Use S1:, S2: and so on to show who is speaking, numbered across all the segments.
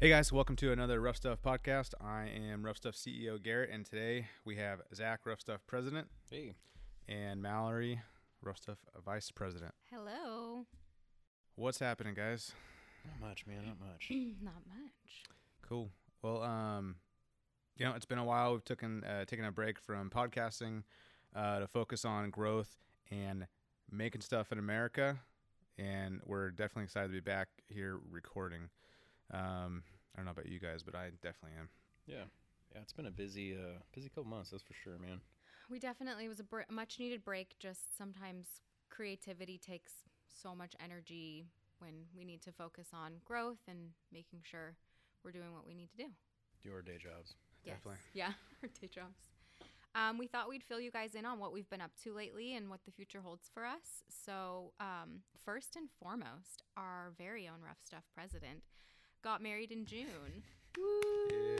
S1: Hey guys, welcome to another Rough Stuff podcast. I am Rough Stuff CEO Garrett, and today we have Zach, Rough Stuff President,
S2: Hey.
S1: and Mallory, Rough Stuff Vice President.
S3: Hello.
S1: What's happening, guys?
S2: Not much, man. Not much.
S3: Not much.
S1: Cool. Well, um, you know, it's been a while. We've taken uh, taken a break from podcasting uh, to focus on growth and making stuff in America, and we're definitely excited to be back here recording. Um, I don't know about you guys, but I definitely am.
S2: Yeah. Yeah, it's been a busy, uh, busy couple months. That's for sure, man.
S3: We definitely it was a br- much needed break. Just sometimes creativity takes so much energy when we need to focus on growth and making sure we're doing what we need to do.
S2: Your day jobs.
S3: Yes.
S1: Definitely.
S3: Yeah. Our day jobs. Um, we thought we'd fill you guys in on what we've been up to lately and what the future holds for us. So, um, first and foremost, our very own Rough Stuff president got married in June.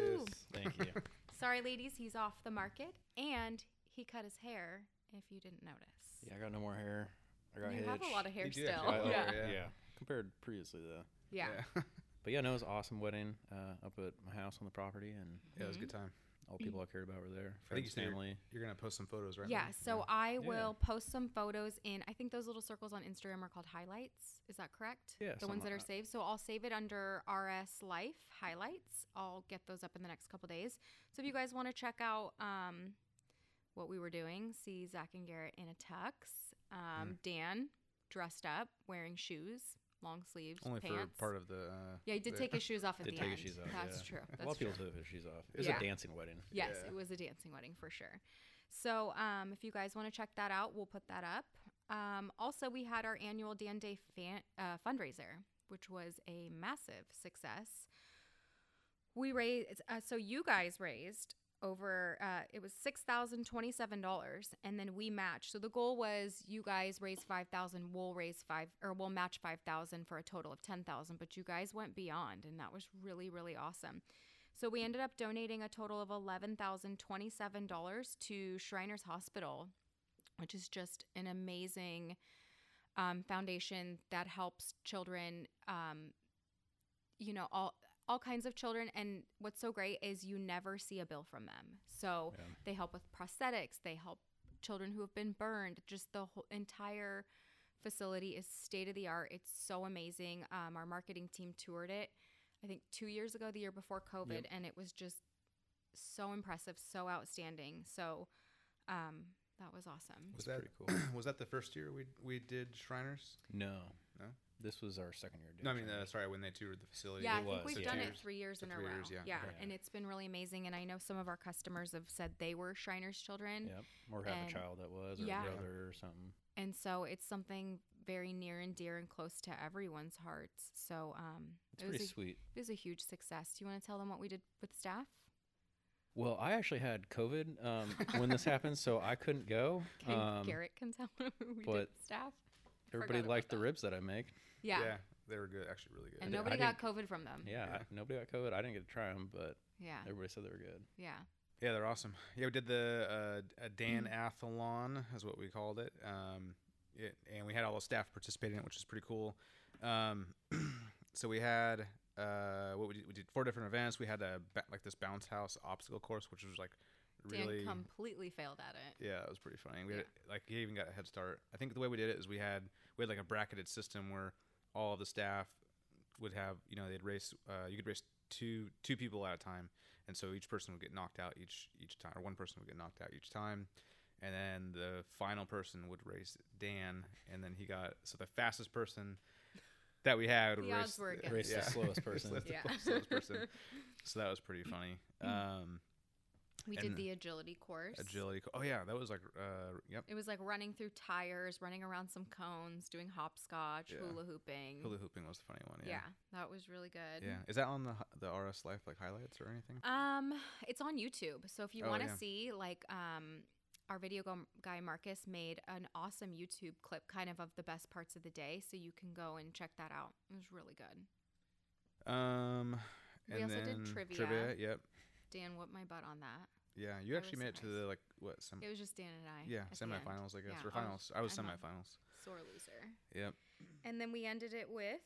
S3: Woo!
S2: Thank you.
S3: Sorry, ladies, he's off the market and he cut his hair if you didn't notice.
S2: yeah, I got no more hair. I got
S3: you
S2: hitched.
S3: have a lot of hair
S1: You do
S3: still.
S1: have
S2: I-
S1: Oh,
S2: oh,
S3: yeah.
S1: hair,
S3: Yeah.
S2: yeah. Compared previously, though.
S3: Yeah.
S1: yeah,
S2: But yeah, no, it was an awesome wedding uh, up at my house on the property, and
S1: it
S3: Mm-hmm.
S1: was a good time.
S2: all
S3: Mm.
S2: the people I cared about were there.
S1: I think you
S2: Friends,
S1: said you're-
S2: family.
S1: You're gonna post some photos, right? Mom?
S3: so I
S2: Yeah.
S3: will post some photos in. I think those little circles on Instagram are called highlights. Is that correct?
S2: Yeah,
S3: The
S2: something
S3: ones that
S2: like
S3: are
S2: that.
S3: saved. So I'll save it under RS Life highlights. I'll get those up in the next couple days. So if you guys want to check out um, what we were doing, see Zach and Garrett in a tux. Um,
S2: Mm.
S3: Dan dressed up, wearing shoes, long sleeves,
S1: only
S3: pants.
S1: for part of the. Uh,
S3: Yeah, he did
S1: the-
S3: take his shoes off at
S2: Did
S3: the
S2: take
S3: end.
S2: his shoes off,
S3: That's
S2: yeah.
S3: true.
S2: a lot
S3: That's
S2: of
S3: true.
S2: people took their shoes off. It was
S3: Yeah.
S2: a dancing wedding.
S3: Yes,
S1: Yeah.
S3: it was a dancing wedding for sure. So, um, if you guys want to check that out, we'll put that up. Um, also, we had our annual Dan Day fan, uh, fundraiser, which was a massive success. We raised, uh, so you guys raised over, uh, it was $6,027, and then we matched. So the goal was you guys raise 5,000, we'll raise five, or we'll match 5,000 for a total of 10,000, but you guys went beyond, and that was really, really awesome. So we ended up donating a total of $11,027 to Shriners Hospital, which is just an amazing um, foundation that helps children, um, you know, all. All kinds of children, and what's so great is you never see a bill from them. So
S2: Yeah.
S3: they help with prosthetics, they help children who have been burned. Just the whole entire facility is state of the art. It's so amazing. Um, our marketing team toured it, I think, two years ago, the year before COVID, and it was just so impressive, so outstanding. So um, that was awesome.
S1: Was
S2: It's
S1: that
S2: pretty cool.
S1: uh, was that the first year we we did Shriners?
S2: No.
S1: No?
S2: This was our second year. doing
S1: No, I mean,
S2: Shriners.
S1: uh, sorry, when they toured the facility.
S3: Yeah, I
S2: It was,
S3: think we've
S2: yeah.
S3: done
S2: Two
S3: it
S1: years.
S3: three years
S1: So
S3: in a
S1: three
S3: row.
S1: years, yeah.
S3: yeah,
S2: Okay.
S3: and it's been really amazing. And I know some of our customers have said they were Shriners children.
S2: Yep. Or have
S3: and-
S2: a child that was, or
S3: Yeah.
S2: a brother, or something.
S3: And so it's something very near and dear and close to everyone's hearts. So um,
S2: It's
S3: it, was
S2: pretty
S3: a,
S2: sweet.
S3: it was a huge success. Do you want to tell them what we did with staff?
S2: Well, I actually had COVID um, when this happened, so I couldn't go.
S3: Can
S2: Um,
S3: Garrett can tell them what we did
S2: but-
S3: with staff.
S2: everybody
S3: forgot about
S2: liked the
S3: that. Mm-hmm.
S2: ribs that I make.
S3: Yeah.
S1: they were good, actually, really good.
S3: And
S2: did-
S3: nobody
S2: I
S3: got COVID from them.
S2: Yeah,
S1: Yeah.
S2: I- nobody got COVID. I didn't get to try them, but
S3: Yeah.
S2: everybody said they were good.
S3: Yeah.
S1: yeah, they're awesome. Yeah, we did the uh, a
S3: Mm-hmm.
S1: Danathlon, is what we called it. Um, it, and we had all the staff participating in it, which is pretty cool. Um, so we had uh, what we did, we did four different events. We had a ba- like this bounce house obstacle course, which was like really
S3: Dan completely failed at it.
S1: Yeah, it was pretty funny. We had, like he even got a head start. I think the way we did it is we had we had like a bracketed system where all of the staff would have you know they'd race uh, you could race two two people at a time, and so each person would get knocked out each each time, or one person would get knocked out each time, and then the final person would race Dan, and then he got so the fastest person that we had would
S3: The
S1: race
S3: odds were against
S2: Race the slowest person.
S1: Race the
S3: Yeah. Hmm.
S1: slowest person. So that was pretty funny. Um,
S3: We
S1: And
S3: did the agility course.
S1: agility. co- Oh yeah, that was like uh, yep.
S3: It was like running through tires, running around some cones, doing hopscotch,
S1: Yeah.
S3: hula hooping.
S1: Hula hooping was the funny one.
S3: Mm-hmm. yeah.
S1: Yeah.
S3: that was really good.
S1: Yeah. Is that on the hi- the RS Life like highlights or anything?
S3: Um, it's on YouTube. So if you
S1: Oh,
S3: want to
S1: yeah.
S3: see, like, um, our video go- guy Marcus made an awesome YouTube clip, kind of of the best parts of the day. So you can go and check that out. It was really good.
S1: Um.
S3: Uh, We
S1: and
S3: also did
S1: then
S3: trivia.
S1: Yep.
S3: Dan whooped my butt on that.
S1: Yeah. You
S3: I
S1: actually
S3: was
S1: made it to
S3: surprised.
S1: the like what some
S3: It was just Dan and I.
S1: yeah
S3: at the end.
S1: semifinals I guess or
S3: Yeah, I was- Uh-huh.
S1: finals. I was,
S3: I'm on-
S1: semifinals.
S3: Sore loser.
S1: Yep.
S3: And then we ended it with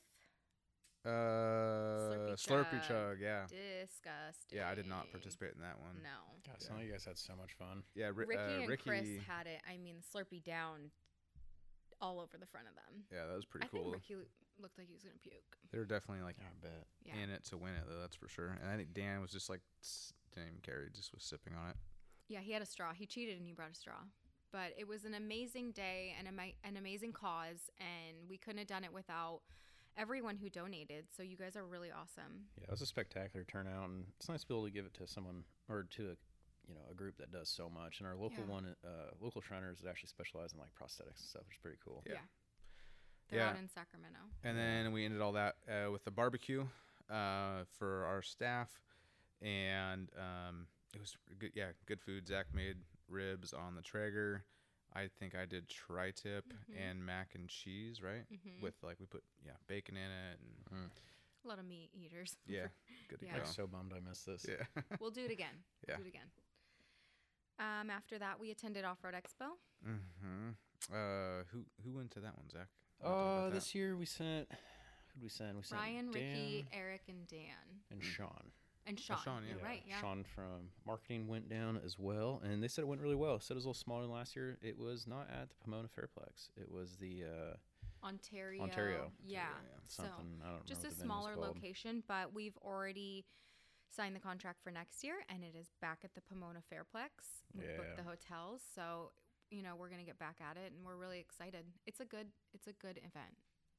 S1: Uh, Slurpee,
S3: chug.
S1: chug. Yeah,
S3: Disgusting.
S1: yeah. I did not participate in that one.
S3: No.
S2: God,
S1: Yeah.
S2: some of you guys had so much fun.
S1: Yeah, Ri-
S3: Ricky
S1: uh,
S3: and
S1: Ricky.
S3: Chris had it. I mean, Slurpee down all over the front of them.
S1: yeah, that was pretty
S3: I
S1: cool.
S3: think Ricky looked like he was gonna puke.
S1: they were definitely like
S2: I bet.
S3: Yeah.
S1: in it to win it, though. That's for sure. And I think Dan was just like s- didn't even care. He just was sipping on it.
S3: Yeah, he had a straw. He cheated and he brought a straw. But it was an amazing day and ama- an amazing cause, and we couldn't have done it without everyone who donated. So you guys are really awesome.
S2: Yeah, it was a spectacular turnout, and it's nice to be able to give it to someone or to a, you know, a group that does so much. And our local
S3: Yeah.
S2: one, uh, local Shriners, is actually specialized in like prosthetics and stuff, which is pretty cool.
S1: Yeah.
S3: They're
S1: Yeah.
S3: out in Sacramento.
S1: And then we ended all that uh, with a barbecue uh, for our staff, and um, it was good. Yeah, good food. Zach made ribs on the Traeger. I think I did tri-tip
S3: Mhm.
S1: and mac and cheese, right?
S3: Mhm.
S1: With like we put yeah bacon in it, and
S3: A lot of meat eaters.
S1: yeah, good to
S3: Yeah.
S1: go.
S2: Like so bummed I missed this.
S1: Yeah,
S3: we'll do it again.
S1: Yeah.
S3: Do it again. Um, after that, we attended Off Road Expo.
S1: hmm Uh, who who went to that one, Zach? Wanna talk
S2: Uh,
S1: about that?
S2: this year we sent who'd we send? We sent
S3: Ryan, Ricky,
S2: Dan
S3: Eric, and Dan.
S2: and
S1: Mm.
S2: Sean.
S3: And Sean.
S1: Sean,
S3: You're
S1: yeah.
S3: right. Yeah.
S2: Sean from marketing went down as well, and they said it went really well. Said it was a little smaller than last year. It was not at the Pomona Fairplex. It was the uh,
S3: Ontario.
S2: Ontario.
S3: Yeah.
S1: yeah.
S3: So,
S2: something I don't remember. what
S3: Just a
S2: the venue's
S3: smaller
S2: called.
S3: location, but we've already signed the contract for next year and it is back at the Pomona Fairplex. We
S2: Yeah.
S3: booked the hotels. So, you know, we're going to get back at it and we're really excited. It's a good it's a good event.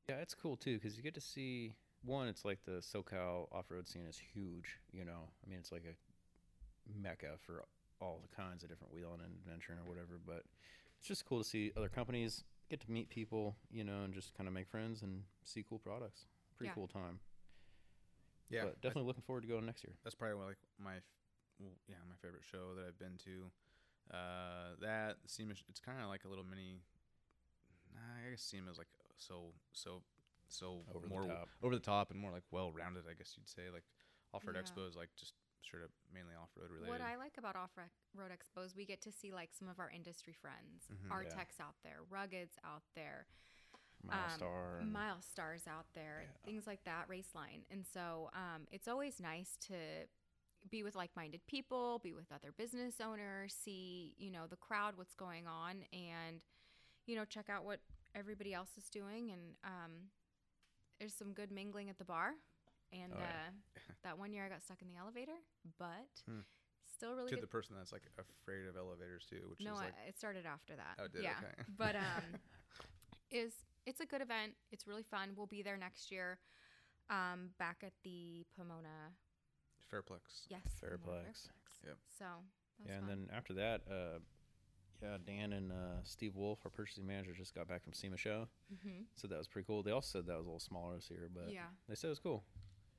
S2: Yeah, it's cool too because you get to see one. It's like the SoCal off-road scene is huge. You know, I mean, it's like a mecca for all the kinds of different wheeling and adventuring or whatever. But it's just cool to see other companies get to meet people, you know, and just kind of make friends and see cool products. Pretty
S3: Yeah.
S2: cool time.
S1: yeah,
S2: but
S1: I-
S2: definitely looking forward to going next year.
S1: that's probably one, like my f- w- yeah my favorite show that I've been to. Uh, that SEMA sh- it's kind of like a little mini. Nah, I guess SEMA is like so so so
S2: Over the
S1: more w-
S2: top.
S1: over the top and more like well rounded. I guess you'd say like off road
S3: Yeah.
S1: expo is like just straight up mainly off road related.
S3: What I like about Off Rec- Road Expos, we get to see like some of our industry friends,
S1: Mhm.
S3: our
S2: Mm-hmm. Yeah.
S3: techs out there, ruggeds out there,
S2: Mile
S3: um,
S2: Star.
S1: Mm.
S2: and-
S3: mile stars out there,
S2: Yeah.
S3: things like that, race line. And so um, it's always nice to be with like-minded people, be with other business owners, see you know the crowd, what's going on, and you know check out what everybody else is doing. And um, there's some good mingling at the bar. And
S2: Oh, yeah.
S3: uh, that one year I got stuck in the elevator, but
S1: Hmm.
S3: still really
S1: to
S3: good
S1: the person that's like afraid of elevators too, which
S3: no,
S1: is like
S3: I, it started after that.
S1: Oh, it did?
S3: yeah,
S1: Okay.
S3: but um, is it's a good event. It's really fun. We'll be there next year, um, back at the Pomona.
S1: Fairplex.
S3: Yes,
S2: Fairplex.
S3: Pomona
S1: Yep.
S3: So that was
S2: Yeah, and
S3: fun.
S2: then after that, uh, yeah, Dan and uh, Steve Wolf, our purchasing manager, just got back from SEMA show.
S3: Mhm.
S2: So that was pretty cool. They also said that was a little smaller this year, but
S3: Yeah.
S2: they said it was cool.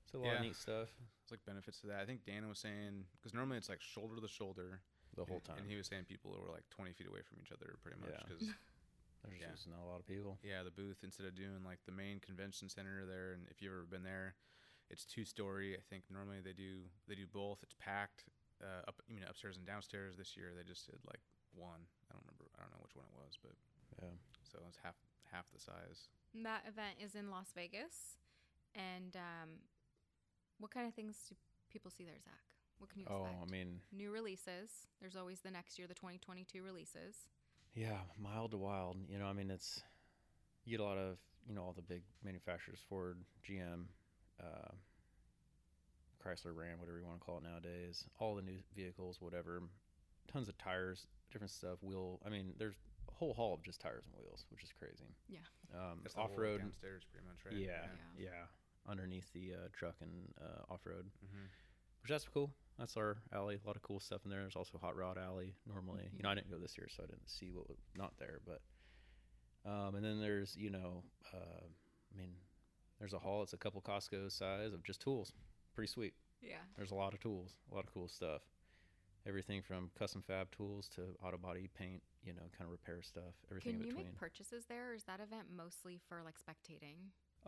S2: It's a lot
S1: Yeah.
S2: of neat stuff
S1: It's like benefits to that. I think Dana was saying because normally it's like shoulder to shoulder
S2: the whole
S1: and-
S2: time.
S1: and he was saying people were like 20 feet away from each other pretty much
S2: Yeah.
S1: because
S2: There's
S1: yeah.
S2: just not a lot of people.
S1: Yeah, the booth instead of doing like the main convention center there, and if you've ever been there, it's two story. I think normally they do they do both. It's packed uh, up, you mean upstairs and downstairs. This year they just did like one. I don't remember. I don't know which one it was, but
S2: Yeah.
S1: so it's half half the size.
S3: And that event is in Las Vegas, and um, what kind of things do people see there, Zach? What can you
S2: Oh,
S3: expect?
S2: I mean,
S3: New releases. There's always the next year, the 2022 releases.
S2: yeah, mild to wild. You know, I mean, it's you get a lot of you know all the big manufacturers, Ford, GM, uh, Chrysler, Ram, whatever you want to call it nowadays. All the new vehicles, whatever. Tons of tires, different stuff. Wheel. I mean, there's a whole haul of just tires and wheels, which is crazy.
S3: Yeah.
S2: Um,
S1: That's the whole
S2: off road.
S1: downstairs, pretty much, right?
S2: Yeah,
S3: Yeah.
S2: yeah. Underneath the uh, truck and uh, off road.
S1: Mhm.
S2: which that's cool. That's our alley. A lot of cool stuff in there. There's also Hot Rod Alley. Normally, you know, I didn't go this year, so I didn't see what was not there. But um, and then there's you know, uh, I mean, there's a hall. It's a couple Costco size of just tools. Pretty sweet.
S3: Yeah.
S2: There's a lot of tools. A lot of cool stuff. Everything from custom fab tools to auto body paint. You know, kind of repair stuff. Everything
S3: Can
S2: in
S3: you
S2: between.
S3: make purchases there, or is that event mostly for like spectating?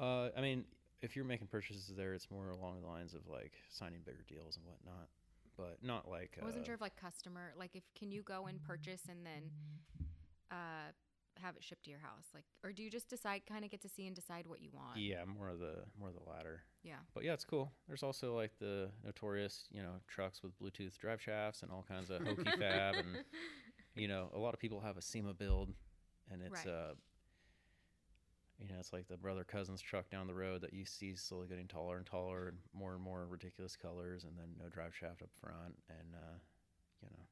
S2: Uh, I mean, if you're making purchases there, it's more along the lines of like signing bigger deals and whatnot, but not like.
S3: I wasn't
S2: uh,
S3: sure if like customer like if can you go and purchase and then uh have it shipped to your house? Like, or do you just decide, kind of get to see and decide what you want?
S2: Yeah, more of the more of the latter.
S3: Yeah.
S2: But yeah, it's cool. There's also like the notorious, you know, trucks with Bluetooth drive shafts and all kinds of hokey fab and you know, a lot of people have a SEMA build and it's
S3: Right.
S2: uh you know, it's like the brother cousin's truck down the road that you see slowly getting taller and taller and more and more ridiculous colors and then no drive shaft up front and uh you know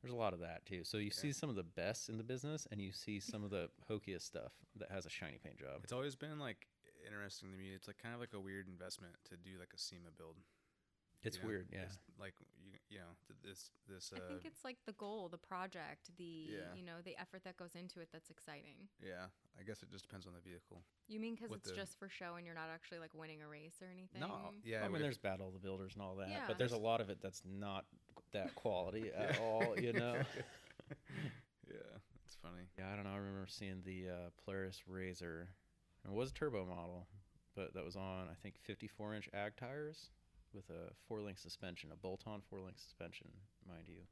S2: there's a lot of that too. So you
S1: Yeah.
S2: see some of the best in the business and you see some of the hokiest stuff that has a shiny paint job.
S1: It's always been like interesting to me. It's like kind of like a weird investment to do like a SEMA build. you
S2: It's
S1: know?
S2: weird, yeah.
S1: It's like you, you know, th- this this. Uh,
S3: I think it's like the goal, the project, the
S1: Yeah.
S3: you know, the effort that goes into it that's exciting.
S1: yeah, I guess it just depends on the vehicle.
S3: You mean because
S1: What
S3: it's
S1: the-
S3: just for show and you're not actually like winning a race or anything?
S1: No, yeah.
S2: I mean,
S1: we-
S2: there's Battle of the Builders and all that,
S3: Yeah.
S2: but there's a lot of it that's not that quality at all, you know?
S1: yeah, it's funny.
S2: yeah, I don't know. I remember seeing the uh, Polaris Razor. It was a turbo model, but that was on, I think, 54 inch ag tires with a four link suspension, a bolt on four link suspension, mind you,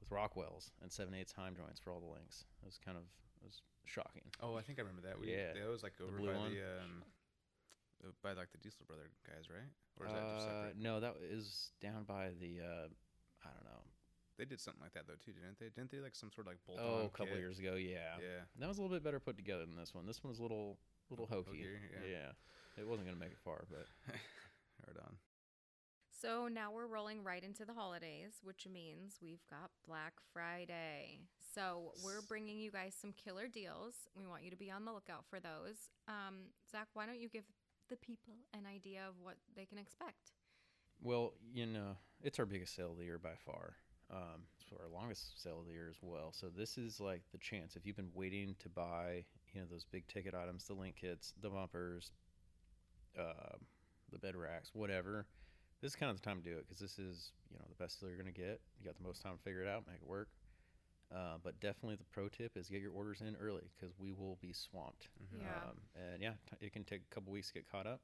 S2: with Rockwells and 7 8 time joints for all the links. It was kind of it was shocking.
S1: Oh, I think I remember that. We,
S2: Yeah,
S1: they always like over
S2: blue
S1: by
S2: one.
S1: the um, uh, by like the Diesel brother guys, right? Or is that just
S2: Uh,
S1: separate?
S2: no, that is down by the, uh, I don't know,
S1: They did something like that though too, didn't they? Didn't they like some sort of like bolt?
S2: oh, a couple years ago, yeah.
S1: Yeah.
S2: That was a little bit better put together than this one. This one was a little little
S1: Little
S2: hokey.
S1: hokier,
S2: yeah. It wasn't gonna make it far, but
S1: Right on.
S3: So now we're rolling right into the holidays, which means we've got Black Friday. So we're
S1: S-
S3: bringing you guys some killer deals. We want you to be on the lookout for those. Um, Zach, why don't you give the people an idea of what they can expect?
S2: well, you know, it's our biggest sale of the year by far. Um, it's our longest sale of the year as well. So this is like the chance if you've been waiting to buy, you know, those big ticket items, the link kits, the bumpers, uh, the bed racks, whatever. This is kind of the time to do it because this is, you know, the best deal you're gonna get. You got the most time to figure it out, make it work. Uh, but definitely the pro tip is get your orders in early because we will be swamped.
S1: Mhm.
S3: Yeah.
S2: Um, and yeah, t- it can take a couple weeks to get caught up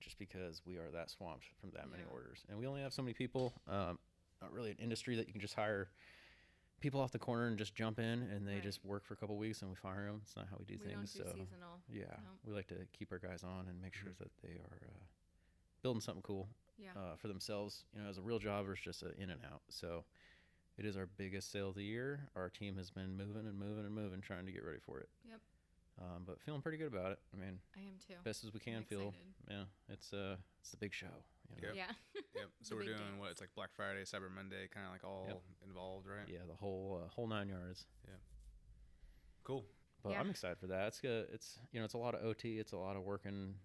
S2: just because we are that swamped from that many
S3: Yeah.
S2: orders. And we only have so many people, um, not really an industry that you can just hire people off the corner and just jump in and they
S3: Right.
S2: just work for a couple weeks and we fire them. It's not how we do
S3: we don't
S2: things.
S3: do
S2: so
S3: seasonal.
S2: yeah,
S3: no.
S2: we like to keep our guys on and make sure that they are uh, building something cool
S3: Yeah.
S2: uh, for themselves, you know, as a real job versus just an in and out. So it is our biggest sale of the year. Our team has been moving and moving and moving, trying to get ready for it.
S3: Yep.
S2: Um, but feeling pretty good about it. I mean,
S3: I am too.
S2: best as we
S3: I'm
S2: can feel.
S3: excited.
S2: Yeah, it's uh, it's the big show. You know?
S1: Yep.
S3: Yeah.
S1: Yep. So
S3: The
S1: we're
S3: big
S1: doing
S3: dance.
S1: what? It's like Black Friday, Cyber Monday, kind of like all involved, right?
S2: Yeah, the whole uh, whole nine yards.
S1: Cool.
S2: But
S3: Yeah.
S2: I'm excited for that. It's good. It's you know, it's a lot of OT. It's a lot of working.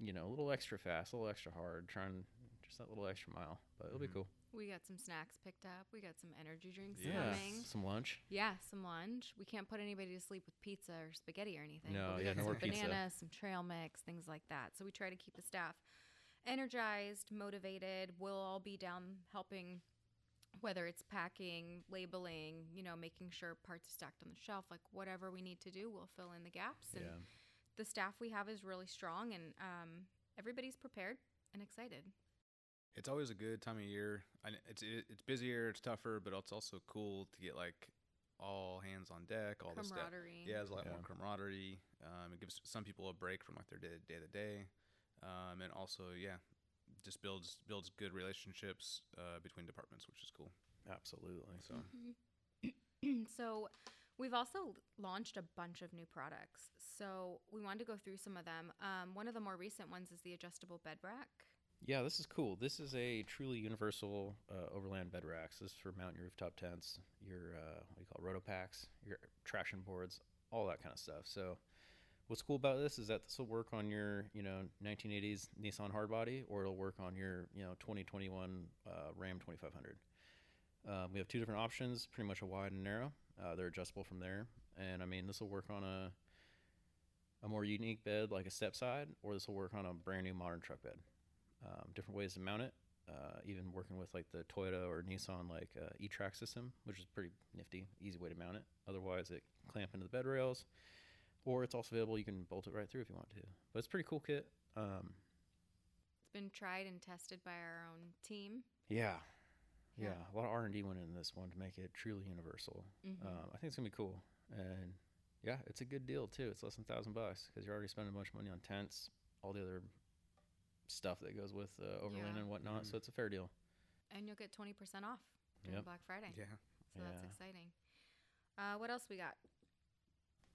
S2: You know, a little extra fast, a little extra hard, trying just that little extra mile. But it'll
S1: Mhm.
S2: be cool.
S3: We got some snacks picked up. We got some energy drinks
S1: Yeah.
S3: coming.
S2: some lunch.
S3: Yeah, some lunch. We can't put anybody to sleep with pizza or spaghetti or anything. but
S2: No,
S3: we
S2: yeah,
S3: got
S2: no
S3: some
S2: more pizza.
S3: bananas, some trail mix, things like that. So we try to keep the staff energized, motivated. We'll all be down helping, whether it's packing, labeling, you know, making sure parts are stacked on the shelf, like whatever we need to do, we'll fill in the gaps. And
S2: Yeah.
S3: the staff we have is really strong, and um, everybody's prepared and excited.
S1: It's always a good time of year. And it's it, it's busier, it's tougher, but it's also cool to get like all hands on deck, all the stuff.
S3: Camaraderie.
S1: Yeah, there's a lot more
S2: Yeah.
S1: camaraderie. Um, it gives some people a break from like their day day to day, um, and also yeah, just builds builds good relationships uh, between departments, which is cool.
S2: Absolutely.
S1: So
S3: Mm-hmm. so we've also l- launched a bunch of new products so we wanted to go through some of them um, one of the more recent ones is the adjustable bed rack
S2: Yeah, this is cool. This is a truly universal uh, overland bed racks. This is for mountain rooftop tents, your uh, what do you call it, rotopacks, your traction boards, all that kind of stuff. So, what's cool about this is that this will work on your you know 1980s Nissan hardbody, or it'll work on your you know 2021 uh, Ram 2500. Um, we have two different options, pretty much a wide and narrow. Uh, they're adjustable from there, and I mean this will work on a a more unique bed like a step side, or this will work on a brand new modern truck bed um, different ways to mount it. Uh, even working with like the Toyota or Nissan like uh, e-track system, which is pretty nifty, easy way to mount it. Otherwise, it clamp into the bed rails, or it's also available. You can bolt it right through if you want to. But it's a pretty cool kit. Um,
S3: it's been tried and tested by our own team
S2: yeah, yeah,
S3: Yeah.
S2: a lot of R and D went into this one to make it truly universal.
S3: Mhm.
S2: Um, I think it's gonna be cool, and Yeah, it's a good deal too. It's less than thousand bucks because you're already spending a bunch of money on tents, all the other stuff that goes with uh, overland
S3: Yeah.
S2: and whatnot.
S1: Mhm.
S2: So it's a fair deal.
S3: And you'll get 20% off during
S2: Yep.
S3: Black Friday.
S1: Yeah.
S3: So that's
S2: Yeah.
S3: exciting. Uh, what else we got?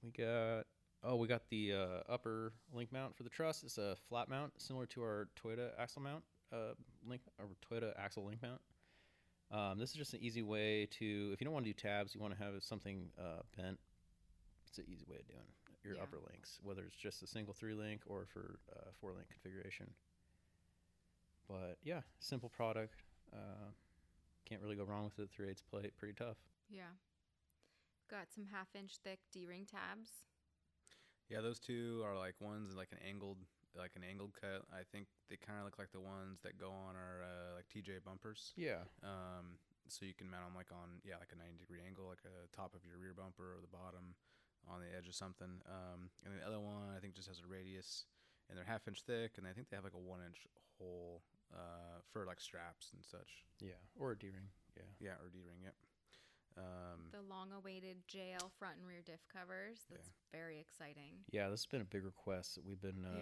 S2: We got oh, we got the uh, upper link mount for the truss. It's a flat mount, similar to our Toyota axle mount, uh, link or Toyota axle link mount. Um, this is just an easy way to if you don't want to do tabs, you want to have something uh, bent. It's an easy way of doing your
S3: Yeah.
S2: upper links, whether it's just a single three link or for uh, four link configuration. But yeah, simple product. Uh, can't really go wrong with it. Three eighths plate, pretty tough.
S3: Yeah. Got some half inch thick D ring tabs.
S1: Yeah, those two are like ones in, like an angled like an angled cut. I think they kind of look like the ones that go on our uh, like TJ bumpers.
S2: Yeah,
S1: Um, so you can mount them like on yeah like a 90 degree angle, like a top of your rear bumper or the bottom on the edge of something. Um, and the other one I think just has a radius, and they're half inch thick, and I think they have like a one inch hole uh, for like straps and such.
S2: yeah, or a D ring. Yeah.
S1: Yeah, or D ring. Yep.
S2: Mm.
S1: Um,
S3: The long awaited JL front and rear diff covers.
S1: Yeah.
S3: That's very exciting.
S2: Yeah, this has been a big request. that We've been, uh,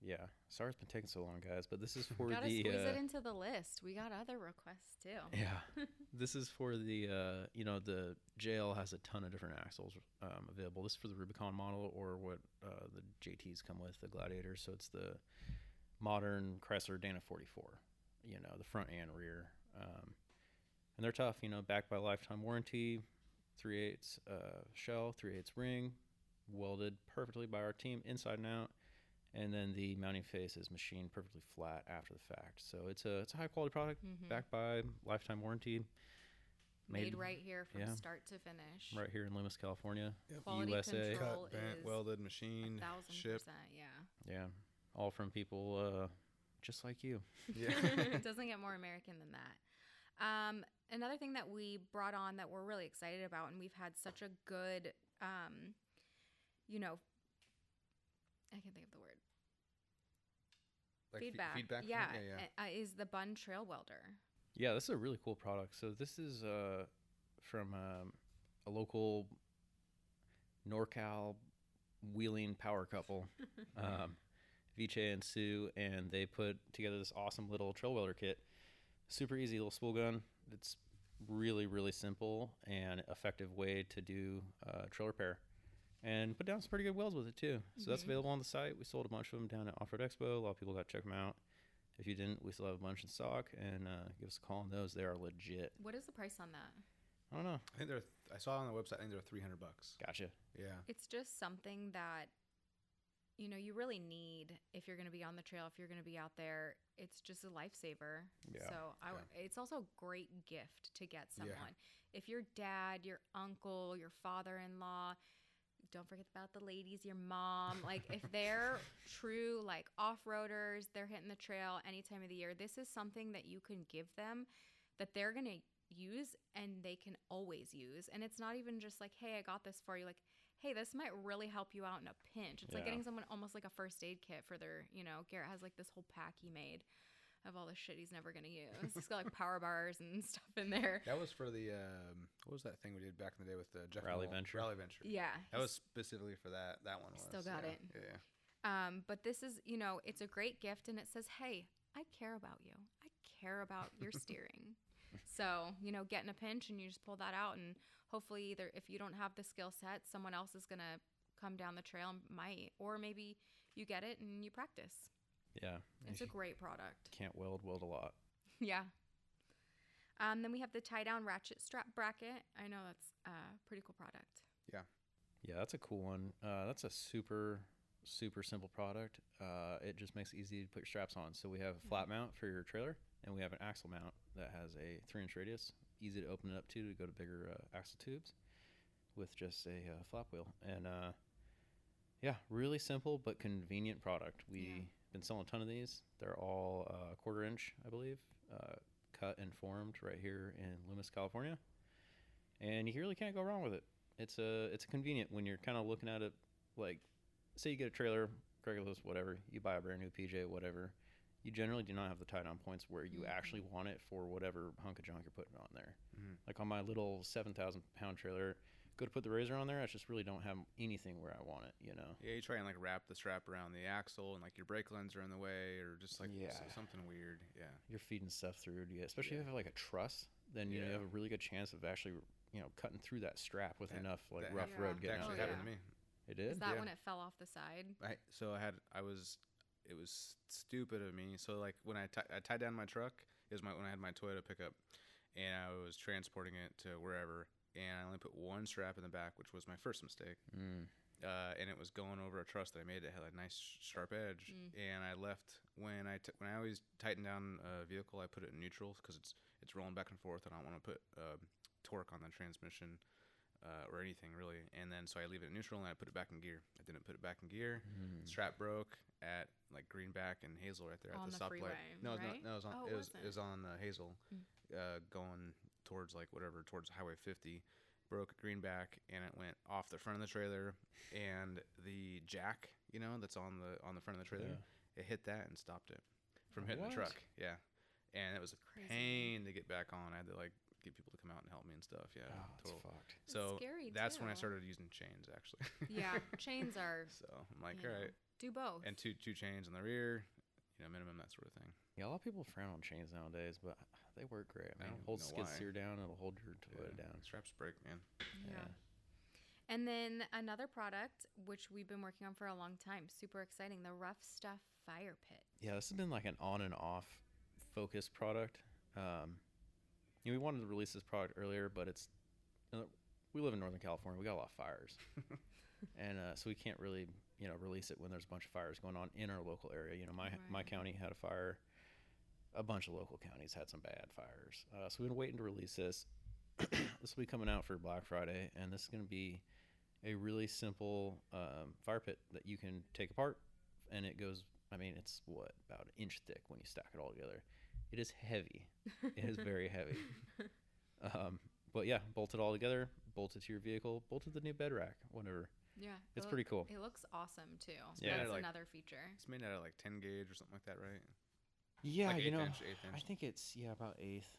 S3: yeah.
S2: yeah. Sorry it's been taking so long, guys, but this is for
S3: Gotta
S2: the,
S3: squeeze it
S2: uh,
S3: into the list. We got other requests too.
S2: yeah, this is for the, uh, you know, the JL has a ton of different axles um, available. This is for the Rubicon model or what uh, the JTs come with, the Gladiator. So it's the modern Chrysler Dana 44, you know, the front and rear. Um, and they're tough, you know, backed by lifetime warranty, three eighths uh, shell, three eighths ring, welded perfectly by our team inside and out. And then the mounting face is machined perfectly flat after the fact. So it's a it's a high quality product,
S3: Mhm.
S2: backed by lifetime warranty,
S3: Made, right here from
S2: yeah.
S3: start to finish.
S2: right here in Loomis, California.
S3: Quality
S2: USA. Cut,
S3: control
S1: cut, bent,
S3: is
S1: welded,
S3: a
S1: machined,
S3: thousand
S1: shipped.
S3: percent. Yeah.
S2: Yeah, all from people uh, just like you.
S1: Yeah.
S3: it doesn't get more American than that. Um, another thing that we brought on that we're really excited about, and we've had such a good, um, you know, I can't think of the word
S1: Like fe-
S3: feedback.
S1: feedback. from it?
S3: yeah,
S1: Yeah. yeah.
S3: uh, is the Bun Trail Welder.
S2: Yeah, this is a really cool product. So this is uh, from um, a local NorCal wheeling power couple, um, Viche and Sue, and they put together this awesome little trail welder kit. Super easy little spool gun. It's really really simple and effective way to do uh, trail repair. And put down some pretty good welds with it too. So that's
S3: Mhm.
S2: available on the site. We sold a bunch of them down at Off Road Expo. A lot of people got to check them out. If you didn't, we still have a bunch in stock, and uh, give us a call on those. They are legit.
S3: What is the price on that?
S2: I don't know.
S1: I think they're. I saw on the website. I think they're 300 bucks.
S2: Gotcha.
S1: Yeah.
S3: It's just something that you know you really need if you're going to be on the trail, if you're going to be out there. It's just a lifesaver.
S2: Yeah.
S3: So I w- it's also a great gift to get
S1: Yeah.
S3: someone. If your dad, your uncle, your father-in-law, don't forget about the ladies, your mom. Like if they're true like off-roaders, they're hitting the trail any time of the year. This is something that you can give them that they're going to use and they can always use. And it's not even just like, "Hey, I got this for you." Like, "Hey, this might really help you out in a pinch." It's like
S2: Yeah.
S3: getting someone almost like a first aid kit for their, you know, Garrett has like this whole pack he made of all the shit he's never gonna use. He's got like power bars and stuff in there.
S1: That was for the um, what was that thing we did back in the day with the Jeff
S2: Rally
S1: Knoll?
S2: Venture.
S1: Rally Venture.
S3: Yeah.
S1: That
S3: he's-
S1: was specifically for that. That one was.
S3: Still got
S1: yeah.
S3: it.
S1: Yeah.
S3: Um, but this is, you know, it's a great gift, and it says, "Hey, I care about you. I care about your steering." So you know, get in a pinch, and you just pull that out, and hopefully, either if you don't have the skill set, someone else is gonna come down the trail and might, or maybe you get it and you practice.
S2: Yeah.
S3: It's a great product.
S2: can't weld, weld a lot.
S3: Yeah. Um, then we have the tie down ratchet strap bracket. I know that's a pretty cool product.
S2: Yeah, that's a cool one. Uh, that's a super, super simple product. Uh, it just makes it easy to put your straps on. So we have a flat mount for your trailer, and we have an axle mount that has a three-inch radius, easy to open it up to to go to bigger uh, axle tubes, with just a uh, flap wheel. And uh, yeah, really simple but convenient product. We been selling a ton of these. They're all uh, quarter inch, I believe, uh, cut and formed right here in Loomis, California. And you really can't go wrong with it. It's a it's convenient when you're kind of looking at it like say you get a trailer, Craigslist, whatever, you buy a brand new PJ, whatever. You generally do not have the tie down points where you
S3: Mhm.
S1: Mm-hmm.
S2: actually want it for whatever hunk of junk you're putting on there.
S1: Mhm.
S2: Like on my little seven thousand pound trailer, go to put the razor on there. I just really don't have anything where I want it. You know.
S1: Yeah, you try and like wrap the strap around the axle, and like your brake lines are in the way, or just like s-
S2: Yeah.
S1: something weird. Yeah,
S2: you're feeding stuff through to you, especially
S1: Yeah.
S2: if you have like a truss, then you, know, you
S1: Yeah.
S2: have a really good chance of actually, you know, cutting through that strap with
S1: That-
S2: enough like
S1: that
S2: rough
S3: hap-
S2: road
S1: it
S2: getting
S3: Oh,
S1: actually
S2: out
S3: yeah.
S2: there.
S1: happened to me.
S2: It
S3: Is
S2: did.
S3: that
S1: Yeah.
S3: when it fell off the side?
S1: I, so I had I was it was stupid of me. So like when I ti- I tied down my truck is my when I had my Toyota pickup, and I was transporting it to wherever, and I only put one strap in the back, which was my first mistake.
S2: Mm.
S1: Uh, and it was going over a truss that I made that had a nice sh- sharp edge,
S3: Mm.
S1: and I left when I t- when I always tighten down a vehicle, I put it in neutral because it's it's rolling back and forth, and I don't want to put uh, torque on the transmission uh, or anything really. And then so I leave it in neutral and I put it back in gear. I didn't put it back in gear,
S2: Mm.
S1: strap broke at like Greenback and Hazel right there
S3: On
S1: at
S3: the
S1: the, stoplight.
S3: freeway,
S1: no, it was not-
S3: right?
S1: no, it was on
S3: Oh, it
S1: it was,
S3: wasn't.
S1: it was on uh, Hazel,
S3: Mm.
S1: uh, going towards like whatever towards Highway 50. Broke at Greenback and it went off the front of the trailer and the jack, you know, that's on the on the front of the trailer. It hit that and stopped it from hitting
S2: What?
S1: the truck. Yeah, and it was a
S3: Crazy.
S1: pain to get back on. I had to like get people to come out and help me and stuff. Yeah,
S2: Oh, it's
S1: total.
S2: fucked.
S3: It's
S1: So
S3: scary
S1: that's when I
S3: too.
S1: started using chains actually.
S3: Yeah, chains are.
S1: So I'm like,
S3: you
S1: all
S3: know,
S1: right,
S3: Do both.
S1: and two two chains in the rear, you know, minimum that sort of thing.
S2: Yeah, a lot of people frown on chains nowadays, but they work great.
S1: I
S2: Man,
S1: don't
S2: hold
S1: know
S2: skid
S1: why.
S2: steer down, it'll hold your Toyota down.
S1: Straps break, man.
S3: yeah. And then another product which we've been working on for a long time, super exciting, the Rough Stuff Fire Pit.
S2: Yeah, this has been like an on and off focused product. Um, you know, we wanted to release this product earlier, but it's you know, we live in Northern California. We got a lot of fires, and uh, so we can't really you know release it when there's a bunch of fires going on in our local area. You know, my my
S3: Right.
S2: county had a fire. A bunch of local counties had some bad fires, uh, so we've been waiting to release this. this will be coming out for Black Friday, and this is going to be a really simple um, fire pit that you can take apart, and it goes. I mean, it's what about an inch thick when you stack it all together. It is heavy. It is very heavy. Um, but yeah, bolt it all together, bolt it to your vehicle, bolt it to the new bed rack, whatever.
S3: Yeah.
S2: It's
S3: it
S2: pretty cool.
S3: loo- It looks awesome too.
S1: Yeah.
S3: That's
S1: Like-
S3: another feature.
S1: It's made out of like 10 gauge or something like that, right?
S2: Yeah,
S1: like
S2: you know,
S1: inch, eighth inch.
S2: I think it's yeah about eighth,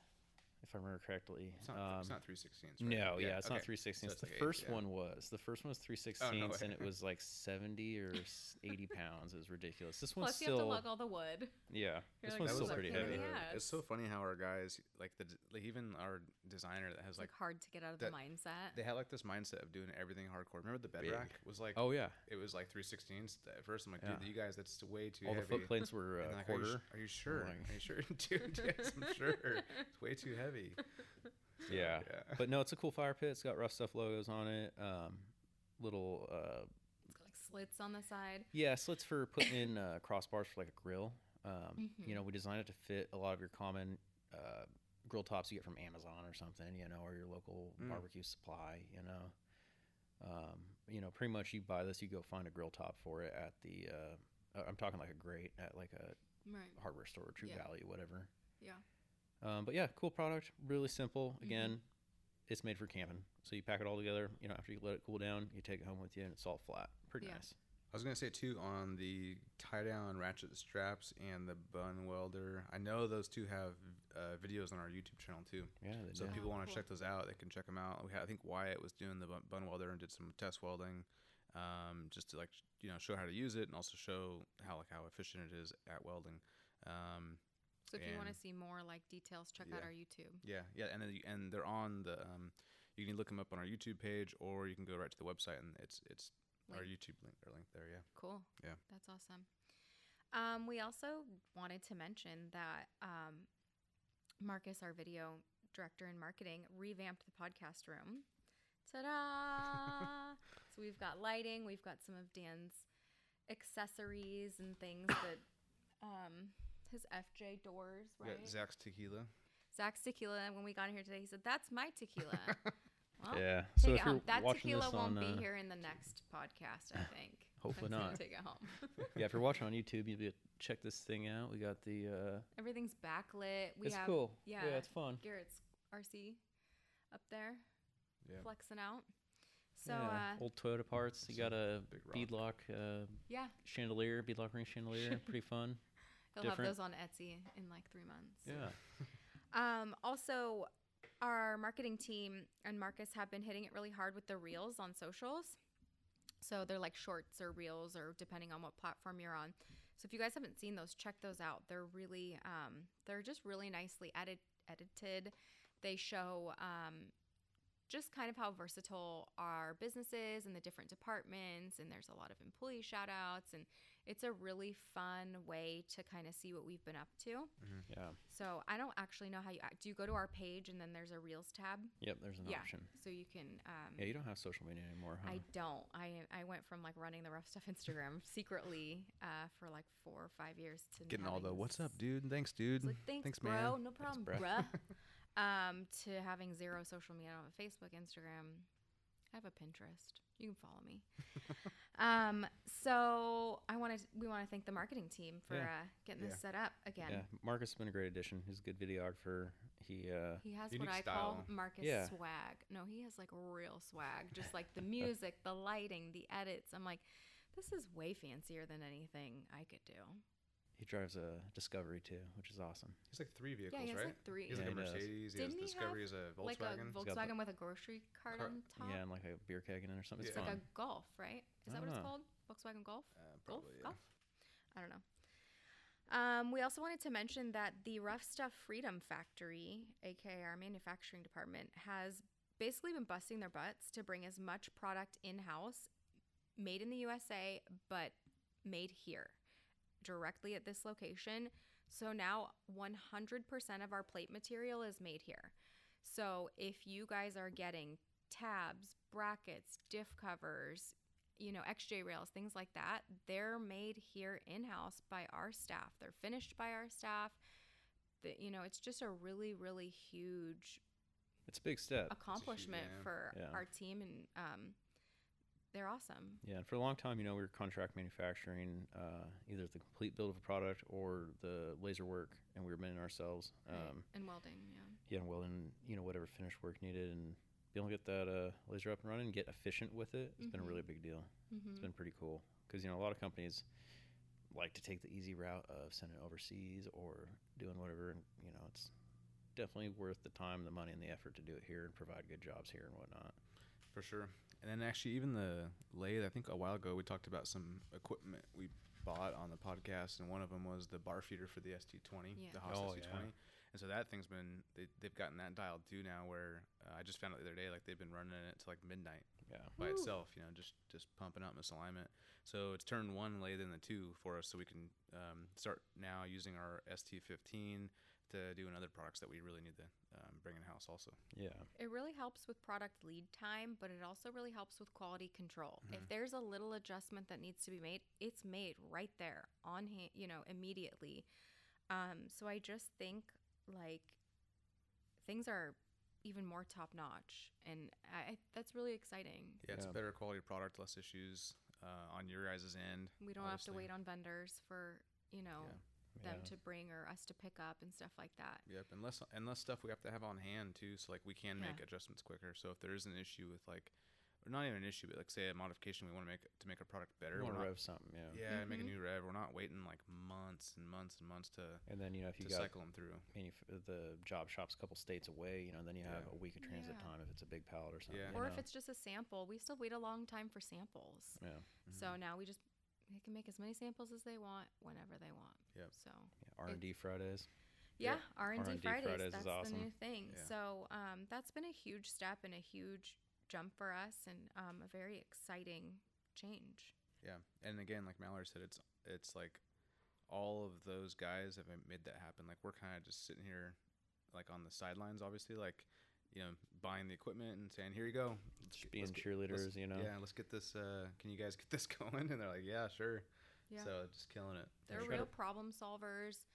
S2: if I remember correctly. Um,
S1: it's not, it's not 316.
S2: No, yeah, it's not three sixteenths.
S1: Um, it's
S2: the
S1: like eighth,
S2: first
S1: yeah. Oh,
S2: one was. The first one was three sixteenths, and it
S1: way.
S2: was like seventy or s- eighty pounds. It was ridiculous. This one's
S3: Plus, you
S2: still
S3: have to lug all the wood.
S2: yeah. This
S3: like,
S2: one's
S3: "This
S2: still
S3: is a
S2: pretty
S3: pain in
S2: heavy.
S3: the ass."
S1: It's so funny how our guys, like the d- like even our designer that has
S3: It's
S1: like,
S3: like hard to get out of the
S1: that-
S3: mindset.
S1: they had like this mindset of doing everything hardcore. Remember the bed
S2: Big.
S1: rack was like
S2: Oh yeah,
S1: it was like 316s at first. I'm like,
S2: Yeah.
S1: dude, you guys, that's way too
S2: all the
S1: heavy.
S2: foot plates were
S1: And
S2: uh,
S1: like, are, you,
S2: quarter.
S1: sh- are you sure?
S2: like-
S1: Are you sure, dude? Yes, I'm sure. It's way too heavy. So,
S2: Yeah.
S1: yeah.
S2: But no, it's a cool fire pit. It's got rough stuff logos on it. Um, little uh,
S3: It's got like slits on the side.
S2: Yeah, slits for putting in uh, crossbars for like a grill. Um, You know, we designed it to fit a lot of your common uh, grill tops you get from Amazon or something. You know, or your local
S1: Mm.
S2: barbecue supply. You know, um, you know, pretty much you buy this, you go find a grill top for it at the. Uh, uh, I'm talking like a grate at like a
S3: Right.
S2: hardware store, True
S3: Yeah.
S2: Value, whatever.
S3: Yeah.
S2: Um, but yeah, cool product, really simple.
S3: Mhm.
S2: Again, it's made for camping, so you pack it all together. You know, after you let it cool down, you take it home with you, and it's all flat. Pretty
S3: Yeah.
S2: nice.
S1: I was gonna say too on the tie down ratchet straps and the bun welder. I know those two have uh, videos on our YouTube channel too.
S2: Yeah, they
S1: So
S2: do.
S1: if people
S3: Oh,
S1: want to
S3: cool.
S1: check those out, they can check them out. We had, I think Wyatt was doing the bun, bun welder and did some test welding, um, just to like sh- you know show how to use it and also show how like how efficient it is at welding. Um,
S3: So if you want to
S1: And-
S3: see more like details, check out
S1: Yeah.
S3: our YouTube.
S1: yeah, yeah, and then you, and they're on the um, you can look them up on our YouTube page or you can go right to the website and it's it's our
S3: Link.
S1: YouTube link or link there. Yeah.
S3: Cool.
S1: Yeah.
S3: That's awesome. Um, we also wanted to mention that um, Marcus, our video director in marketing, revamped the podcast room. Ta da! so we've got lighting, we've got some of Dan's accessories and things that um, his FJ doors,
S1: We
S3: right?
S1: got Zach's tequila.
S3: Zach's tequila, when we got in here today, he said, That's my tequila. well,
S2: Yeah.
S3: Take
S2: So
S3: it
S2: if you're
S3: home. That
S2: watching
S3: tequila
S2: this
S3: won't
S2: on, uh,
S3: be here in the next podcast, I think.
S2: Hopefully
S3: That's gonna
S2: not.
S3: Take it home.
S2: yeah, if you're watching on YouTube, you'll be able to check this thing out. We got the. Uh,
S3: Everything's backlit. We
S2: it's
S3: have
S2: cool.
S3: yeah.
S2: it's fun.
S3: Garrett's RC up there
S1: Yeah.
S3: flexing out. So
S2: yeah.
S3: uh,
S2: old Toyota parts. You got a
S1: Big rock.
S2: beadlock uh,
S3: yeah,
S2: chandelier, beadlock ring chandelier. Pretty fun.
S3: he'll
S2: Different.
S3: have those on Etsy in like three months.
S2: Yeah.
S3: Um, also, our marketing team and Marcus have been hitting it really hard with the reels on socials. So they're like shorts or reels or depending on what platform you're on. So if you guys haven't seen those, check those out. They're really, um, they're just really nicely edit- edited. They show um, just kind of how versatile our business is and the different departments. And there's a lot of employee shout outs. And it's a really fun way to kind of see what we've been up to.
S2: Yeah.
S3: So I don't actually know how you do. You go to our page and then there's a Reels tab,
S2: Yep. There's an
S3: Yeah.
S2: option.
S3: so you can. Um,
S2: Yeah. You don't have social media anymore,
S1: uh-huh.
S2: huh?
S3: I don't. I I went from like running the rough stuff Instagram secretly uh, for like four or five years to
S1: Getting all
S3: having
S1: the
S3: s-
S1: "What's up, dude? Thanks, dude.
S3: It's like, thanks, bro.
S1: man."
S3: No problem,
S2: bruh."
S3: bruh. um, to having zero social media. I don't have a Facebook, Instagram. I have a Pinterest. You can follow me. um, so I want to. We want to thank the marketing team for
S1: Yeah.
S3: uh, getting
S1: Yeah.
S3: this set up again.
S2: yeah. Marcus has been a great addition. He's a good videographer. He uh,
S3: He has
S1: Unique
S3: what I call
S1: style.
S3: Marcus
S2: Yeah.
S3: swag. No, he has like real swag, just like the music, the lighting, the edits. I'm like, this is way fancier than anything I could do.
S2: he drives a Discovery too, which is awesome.
S1: He's like three vehicles,
S3: yeah, he has
S1: right?
S3: like three,
S1: He has like
S2: Yeah,
S1: a
S2: he does.
S1: Mercedes. He
S3: Didn't he
S1: has
S3: have,
S1: Discovery. He has a
S3: like a
S1: Volkswagen.
S2: He's got the-
S3: Volkswagen with a grocery cart
S1: Cart.
S3: on top.
S2: Yeah, and like a beer keg in it or something. It's
S1: Yeah.
S3: Like
S2: fun.
S3: a golf, right?
S2: I
S3: Is that what it's
S2: dunno.
S3: called? Volkswagen Golf?
S1: Uh,
S3: Golf?
S1: probably, yeah.
S3: Golf? I don't know. Um, we also wanted to mention that the Rough Stuff Freedom Factory, aka our manufacturing department, has basically been busting their butts to bring as much product in house, made in the USA, but made here directly at this location. So now 100% of our plate material is made here. So if you guys are getting tabs, brackets, diff covers, you know, XJ rails, things like that, they're made here in house by our staff. They're finished by our staff. The, you know, it's just a really, really huge
S2: It's a big step.
S3: accomplishment
S1: yeah.
S3: for
S2: Yeah.
S3: our team, and um, they're awesome.
S2: Yeah, and for a long time, you know, we were contract manufacturing uh, either the complete build of a product or the laser work, and we were making ourselves.
S3: right?
S2: Um,
S3: and welding, yeah.
S2: yeah, well, and you know, whatever finished work needed, and be able to get that uh, laser up and running, get efficient with it. It's been a
S3: Mhm.
S2: really big deal.
S3: hmm
S2: It's been pretty cool because you know a lot of companies like to take the easy route of sending it overseas or doing whatever, and you know, it's definitely worth the time, the money, and the effort to do it here and provide good jobs here and whatnot.
S1: For sure. And then actually, even the lathe, I think a while ago we talked about some equipment we bought on the podcast, and one of them was the bar feeder for the ST20,
S3: Yeah.
S1: the Haas
S2: Oh,
S1: ST20.
S2: yeah.
S1: And so that thing's been, they, they've gotten that dialed too now where uh, I just found out the other day, like they've been running it to like midnight
S2: Yeah.
S1: by
S3: Woo.
S1: itself, you know, just, just pumping out misalignment. So it's turned one lathe into two for us so we can um, start now using our ST15 to do in other products that we really need to um, bring in house also.
S2: Yeah.
S3: It really helps with product lead time, but it also really helps with quality control.
S2: Mm-hmm.
S3: If there's a little adjustment that needs to be made, it's made right there on hand, you know, immediately. Um, so I just think like things are even more top notch, and I, I- that's really exciting.
S1: Yeah, it's a
S2: Yeah.
S1: better quality product, less issues uh, on your guys' end.
S3: We don't
S1: all
S3: have
S1: those
S3: to wait on vendors for you know them
S2: yeah.
S3: to bring or us to pick up and stuff like that.
S1: things. Yep, and less and less stuff we have to have on hand too. So like we can
S3: Yeah.
S1: make adjustments quicker. So if there is an issue with like, or not even an issue, but like say a modification we want to make to make our product better,
S2: You want
S1: we're
S2: to
S1: not,
S2: rev something, yeah.
S1: yeah, make a
S3: Mm-hmm.
S1: new rev. We're not waiting like months and months and months to
S2: And then you know if you
S1: to
S2: got
S1: cycle them through.
S2: manuf- the job shops a couple states away, you know, then you have
S1: Yeah.
S2: a week of transit
S3: Yeah.
S2: time if it's a big pallet or something.
S1: Yeah.
S2: you
S3: Or if
S2: know.
S3: it's just a sample, we still wait a long time for samples.
S2: yeah,
S1: Mm-hmm.
S3: So now we just they can make as many samples as they want whenever they want.
S1: Yep.
S3: So
S2: yeah, R and D Fridays.
S3: yeah,
S1: Yeah.
S3: R and D
S2: R&D
S3: Fridays.
S2: Fridays is
S3: that's
S2: awesome.
S3: the new thing.
S1: Yeah.
S3: So um, that's been a huge step and a huge jump for us, and um, a very exciting change.
S1: Yeah, and again, like Mallory said, it's it's like all of those guys have made that happen. Like we're kind of just sitting here, like on the sidelines, obviously, like you know, buying the equipment and saying, "Here you go." Let's
S2: Just
S1: get- let's
S2: being cheerleaders, you know.
S1: Yeah, let's get this. Uh, can you guys get this going? And they're like, "Yeah, sure."
S3: Yeah,
S1: So just killing it.
S3: they're
S1: For sure.
S3: real problem solvers,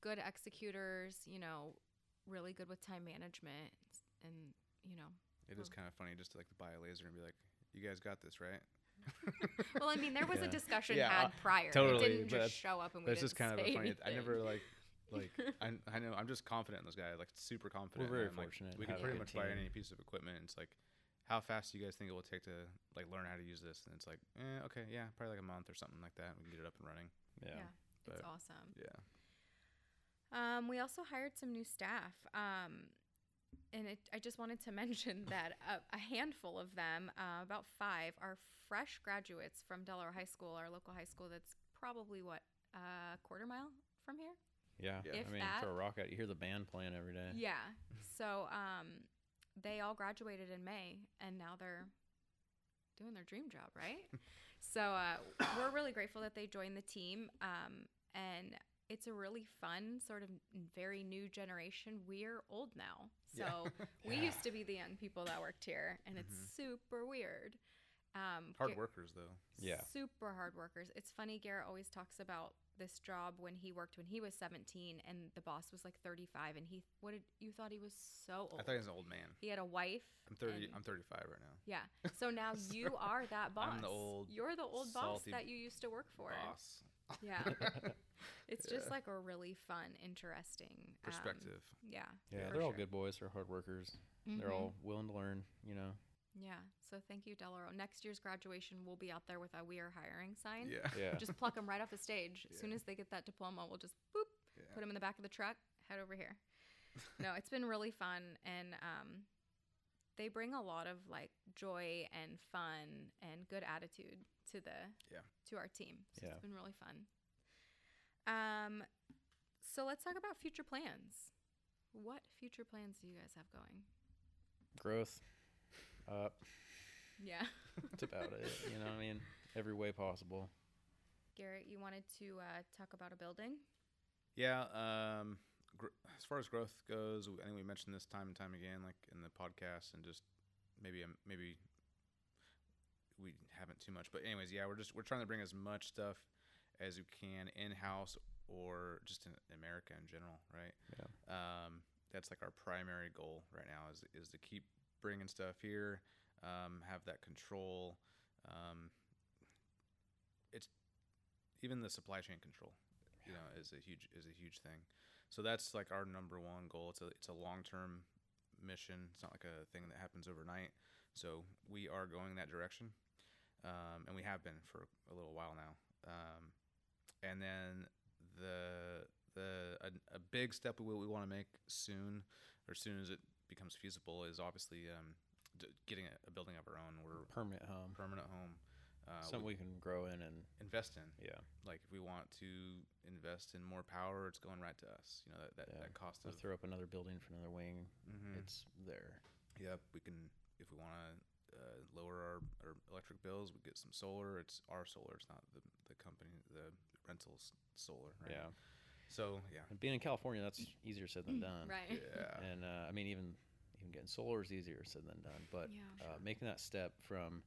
S3: good executors. You know, really good with time management, and you know,
S1: It is kind of funny just to like buy a laser and be like, "You guys got this, right?"
S3: well, I mean, there was a
S2: Yeah.
S3: discussion
S1: Yeah,
S3: had
S1: uh,
S3: prior.
S1: totally,
S3: it didn't
S1: but
S3: just
S1: that's-
S3: show up and we
S1: That's
S3: didn't
S1: just kind of
S3: say
S1: a funny. I
S3: anything.
S1: never like. like I, I know I'm just confident in those guys, like super confident.
S2: very
S1: and I'm, like,
S2: fortunate
S1: we
S2: to
S1: can
S2: have
S1: pretty
S2: a
S1: much
S2: good
S1: buy
S2: team.
S1: any piece of equipment. It's like, how fast do you guys think it will take to like learn how to use this? And it's like, eh, okay, yeah, probably like a month or something like that. We can get it up and running.
S2: Yeah.
S3: Yeah, it's
S1: but-
S3: awesome.
S1: Yeah,
S3: Um, we also hired some new staff. Um, and it, I just wanted to mention that a, a handful of them, uh, about five, are fresh graduates from Delaware High School, our local high school. That's probably what uh, a quarter mile from here.
S2: Yeah.
S1: Yeah.
S3: If
S2: I mean,
S3: that.
S2: for a rock out, you hear the band playing every day.
S3: Yeah. So um, they all graduated in May, and now they're doing their dream job, right? so uh, we're really grateful that they joined the team, um, and it's a really fun, sort of n- very new generation. We're old now, so
S1: Yeah.
S3: we
S2: Yeah.
S3: used to be the young people that worked here, and it's
S1: Mhm.
S3: super weird. Um,
S1: Hard
S3: Gar-
S1: workers though.
S2: Yeah.
S3: super hard workers. It's funny, Garrett always talks about this job when he worked when he was 17 and the boss was like 35 and he what did you thought he was so old
S1: I thought he was an old man.
S3: he had a wife
S1: I'm 30.
S3: and-
S1: I'm 35 right now.
S3: yeah so now you
S1: So,
S3: are that boss
S1: I'm the old,
S3: you're the old boss
S1: salty
S3: that you used to work for
S1: Boss
S3: yeah it's just
S1: Yeah.
S3: like a really fun interesting um,
S1: perspective.
S3: yeah
S2: Yeah.
S3: for
S2: they're all
S3: sure.
S2: good boys. They're hard workers. They're
S3: Mhm.
S2: all willing to learn, you know.
S3: Mm-hmm. yeah so thank you delaro next year's graduation we'll be out there with a we are hiring sign
S1: yeah.
S2: Yeah.
S3: just pluck them right off the stage. As soon
S1: Yeah.
S3: as they get that diploma, we'll just boop,
S1: Yeah.
S3: put them in the back of the truck, head over here. no, it's been really fun, and um, they bring a lot of like joy and fun and good attitude to the
S1: Yeah.
S3: to our team. So
S2: Yeah.
S3: it's been really fun. Um, so let's talk about future plans. What future plans do you guys have going?
S2: Growth up.
S3: Yeah,
S2: That's about it. You know what I mean? Every way possible.
S3: Garrett, you wanted to uh, talk about a building.
S1: Yeah. Um, gr- as far as growth goes, I think we mentioned this time and time again, like in the podcast, and just maybe um, maybe we haven't too much, but anyways, yeah, we're just we're trying to bring as much stuff as we can in house or just in America in general, right?
S2: Yeah.
S1: Um, that's like our primary goal right now is is to keep bringing stuff here, um, have that control. Um, it's even the supply chain control, you know, is a huge is a huge thing. So that's like our number one goal. It's a it's a long term mission. It's not like a thing that happens overnight. So we are going that direction, um, and we have been for a little while now. Um, and then the the a, a big step we, we want to make soon, or soon as it becomes feasible, is obviously um, d- getting a, a building of our own. We're
S2: Permanent home.
S1: permanent home. Uh,
S2: Something
S1: we
S2: we can grow in and
S1: invest in
S2: yeah.
S1: like if we want to invest in more power, it's going right to us. You know that that,
S2: Yeah.
S1: that cost
S2: We'll
S1: of
S2: throw up another building for another wing.
S1: Mhm.
S2: It's there.
S1: Yep, we can if we want to uh, lower our, our electric bills, we get some solar. It's our solar. It's not the the company the rentals solar. Right?
S2: Yeah.
S1: So yeah.
S2: And being in California, that's easier said than done.
S3: Mm, Right.
S1: Yeah.
S2: And uh, I mean, even even getting solar is easier said than done. But
S3: Yeah.
S2: uh, making that step from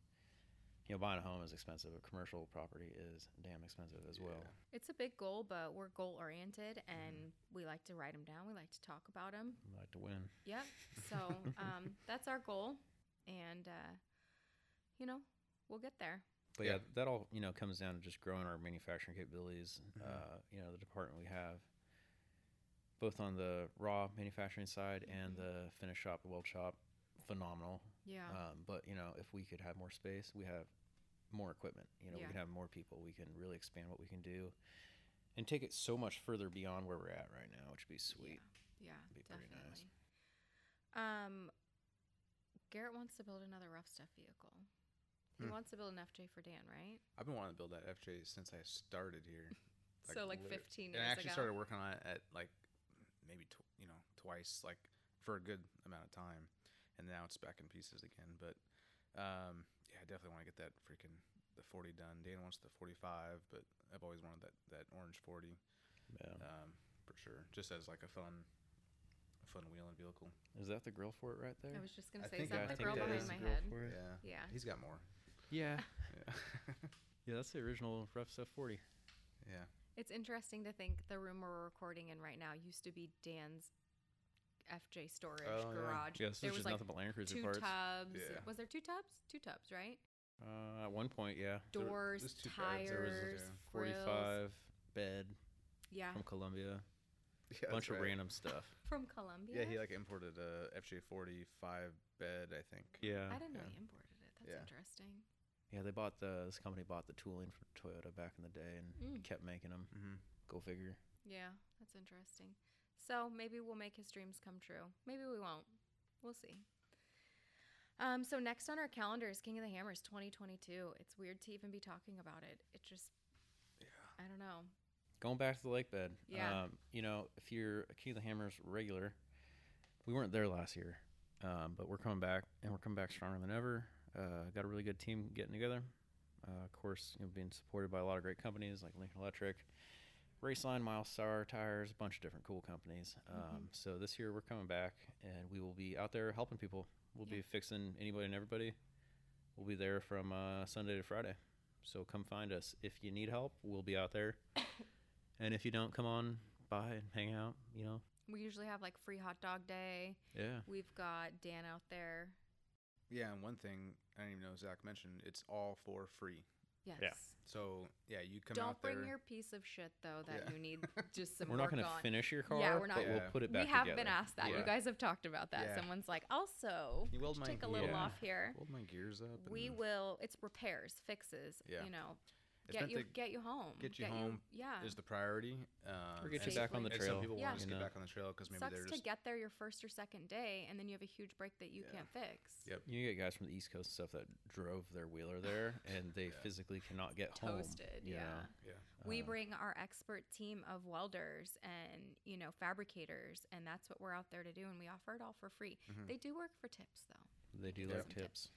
S2: you know buying a home is expensive. A commercial property is damn expensive as well.
S3: It's a big goal, but we're goal oriented and we like to write them down. We like to talk about them.
S2: I like to win.
S3: Yep. So um, that's our goal. And, uh, you know, we'll get there.
S2: But yeah.
S1: Yeah.
S2: that all you know comes down to just growing our manufacturing capabilities.
S1: Mhm.
S3: Mm-hmm.
S2: Uh, you know, the department we have, both on the raw manufacturing side and
S3: Mhm.
S2: the finish shop, weld shop, phenomenal.
S3: Yeah.
S1: Uh,
S2: Um, but you know, if we could have more space, we have more equipment. You know,
S3: Yeah.
S2: we can have more people. We can really expand what we can do, and take it so much further beyond where we're at right now, which would be sweet.
S3: Yeah.
S2: Be pretty
S3: definitely.
S2: nice.
S3: Um, Garrett wants to build another rough stuff vehicle. He
S1: Hmm.
S3: wants to build an FJ for Dan, right?
S1: I've been wanting to build that FJ since I started here.
S3: so, like
S1: liter- And
S3: 15
S1: oh.
S3: years
S1: I actually
S3: ago.
S1: started working on it at like maybe tw- you know twice, like for a good amount of time, and now it's back in pieces again. But um, yeah, I definitely want to get that freaking the 40 done. Dan wants the 45, but I've always wanted that that orange 40.
S2: Yeah.
S1: um, for sure. Just as like a fun, a fun wheeling vehicle.
S2: Is that the grill for it right there?
S3: I was just going
S1: I
S3: to say, is
S1: think- yeah,
S3: that
S1: I
S3: the
S1: think
S3: girl
S1: that
S3: behind
S1: is
S3: my
S1: the
S3: head?
S1: Yeah,
S3: Yeah.
S1: he's got more.
S2: Yeah.
S1: Yeah,
S2: Yeah, that's the original rough stuff forty.
S1: yeah.
S3: It's interesting to think the room we're recording in right now used to be Dan's FJ storage
S1: Oh, yeah.
S3: garage.
S2: Yeah, this is
S3: there was
S2: just
S3: like
S2: nothing but Land Cruiser
S3: two
S2: parts.
S3: tubs.
S1: Yeah.
S3: Was there two tubs? Two tubs, right?
S2: Uh, at one point, yeah,
S1: There were-
S3: Doors,
S1: there's two
S3: tires,
S1: beds. There was, yeah.
S3: grills.
S2: forty-five bed
S3: Yeah,
S2: from Colombia,
S1: yeah
S2: bunch of random stuff.
S3: from Colombia.
S1: Yeah, he like imported a FJ forty five bed, I think.
S2: Yeah,
S3: I didn't know
S1: uh, yeah.
S3: he imported it. That's
S1: Yeah.
S3: interesting.
S2: yeah, they bought the this company bought the tooling from Toyota back in the day and
S3: Mm.
S2: kept making them.
S1: Mm-hmm.
S2: Go figure.
S3: Yeah, that's interesting. So maybe we'll make his dreams come true. Maybe we won't. We'll see. Um, so next on our calendar is King of the Hammers 2022. It's weird to even be talking about it. It just, I don't know.
S2: Going back to the lake bed.
S3: Yeah.
S2: Um, you know, if you're a King of the Hammers regular, we weren't there last year, um, but we're coming back and we're coming back stronger than ever. Uh, got a really good team getting together. Uh, of course, you know, being supported by a lot of great companies like Lincoln Electric, Raceline, Miles Star Tires, a bunch of different cool companies.
S3: Mm-hmm.
S2: Um, so this year we're coming back and we will be out there helping people. We'll
S3: Yeah.
S2: be fixing anybody and everybody. We'll be there from uh, Sunday to Friday. So come find us. If you need help, we'll be out there. and if you don't, come on by and hang out, you know.
S3: We usually have like free hot dog day.
S2: Yeah.
S3: We've got Dan out there.
S1: Yeah, and one thing I didn't even know Zach mentioned, it's all for free.
S3: Yes.
S1: So yeah, you come
S3: Don't
S1: out there.
S3: bring your piece of shit though that
S1: Yeah.
S3: you need just some
S2: We're not
S3: work
S2: going to
S3: on.
S2: finish your car,
S3: Yeah, we're not
S2: but
S1: gonna-
S2: we'll put it
S3: we
S2: back
S3: have
S2: together.
S3: been asked that. You
S1: Yeah.
S3: guys have talked about that.
S1: Yeah.
S3: Someone's like, also,
S1: you weld my
S3: take a little
S2: Yeah.
S3: off here.
S1: Hold my gears up. and
S3: We will. It's repairs, fixes.
S1: Yeah.
S3: You know,
S1: It's
S3: get
S1: meant
S3: you
S1: to
S3: get you home.
S1: get you home,
S3: yeah.
S1: is the priority. Um,
S2: Or get
S1: and
S2: you back on the
S1: and
S2: trail,
S1: Some people
S3: Yeah.
S1: want us to
S2: you
S1: get
S2: know.
S1: back on the trail because maybe
S3: Sucks
S1: they're
S3: to
S1: just
S3: get there your first or second day, and then you have a huge break that you
S1: Yeah.
S3: can't fix.
S1: Yep.
S2: You get guys from the East Coast and stuff that drove their wheeler there, and they
S1: Yeah.
S2: physically cannot get home.
S3: Toasted,
S2: you
S3: yeah.
S2: know.
S1: yeah. Uh-huh.
S3: We
S2: Uh,
S3: bring our expert team of welders and you know fabricators, and that's what we're out there to do. And we offer it all for free.
S1: Mhm.
S3: They do work for tips though.
S2: They do
S1: Yeah.
S2: like
S3: Some
S2: tips.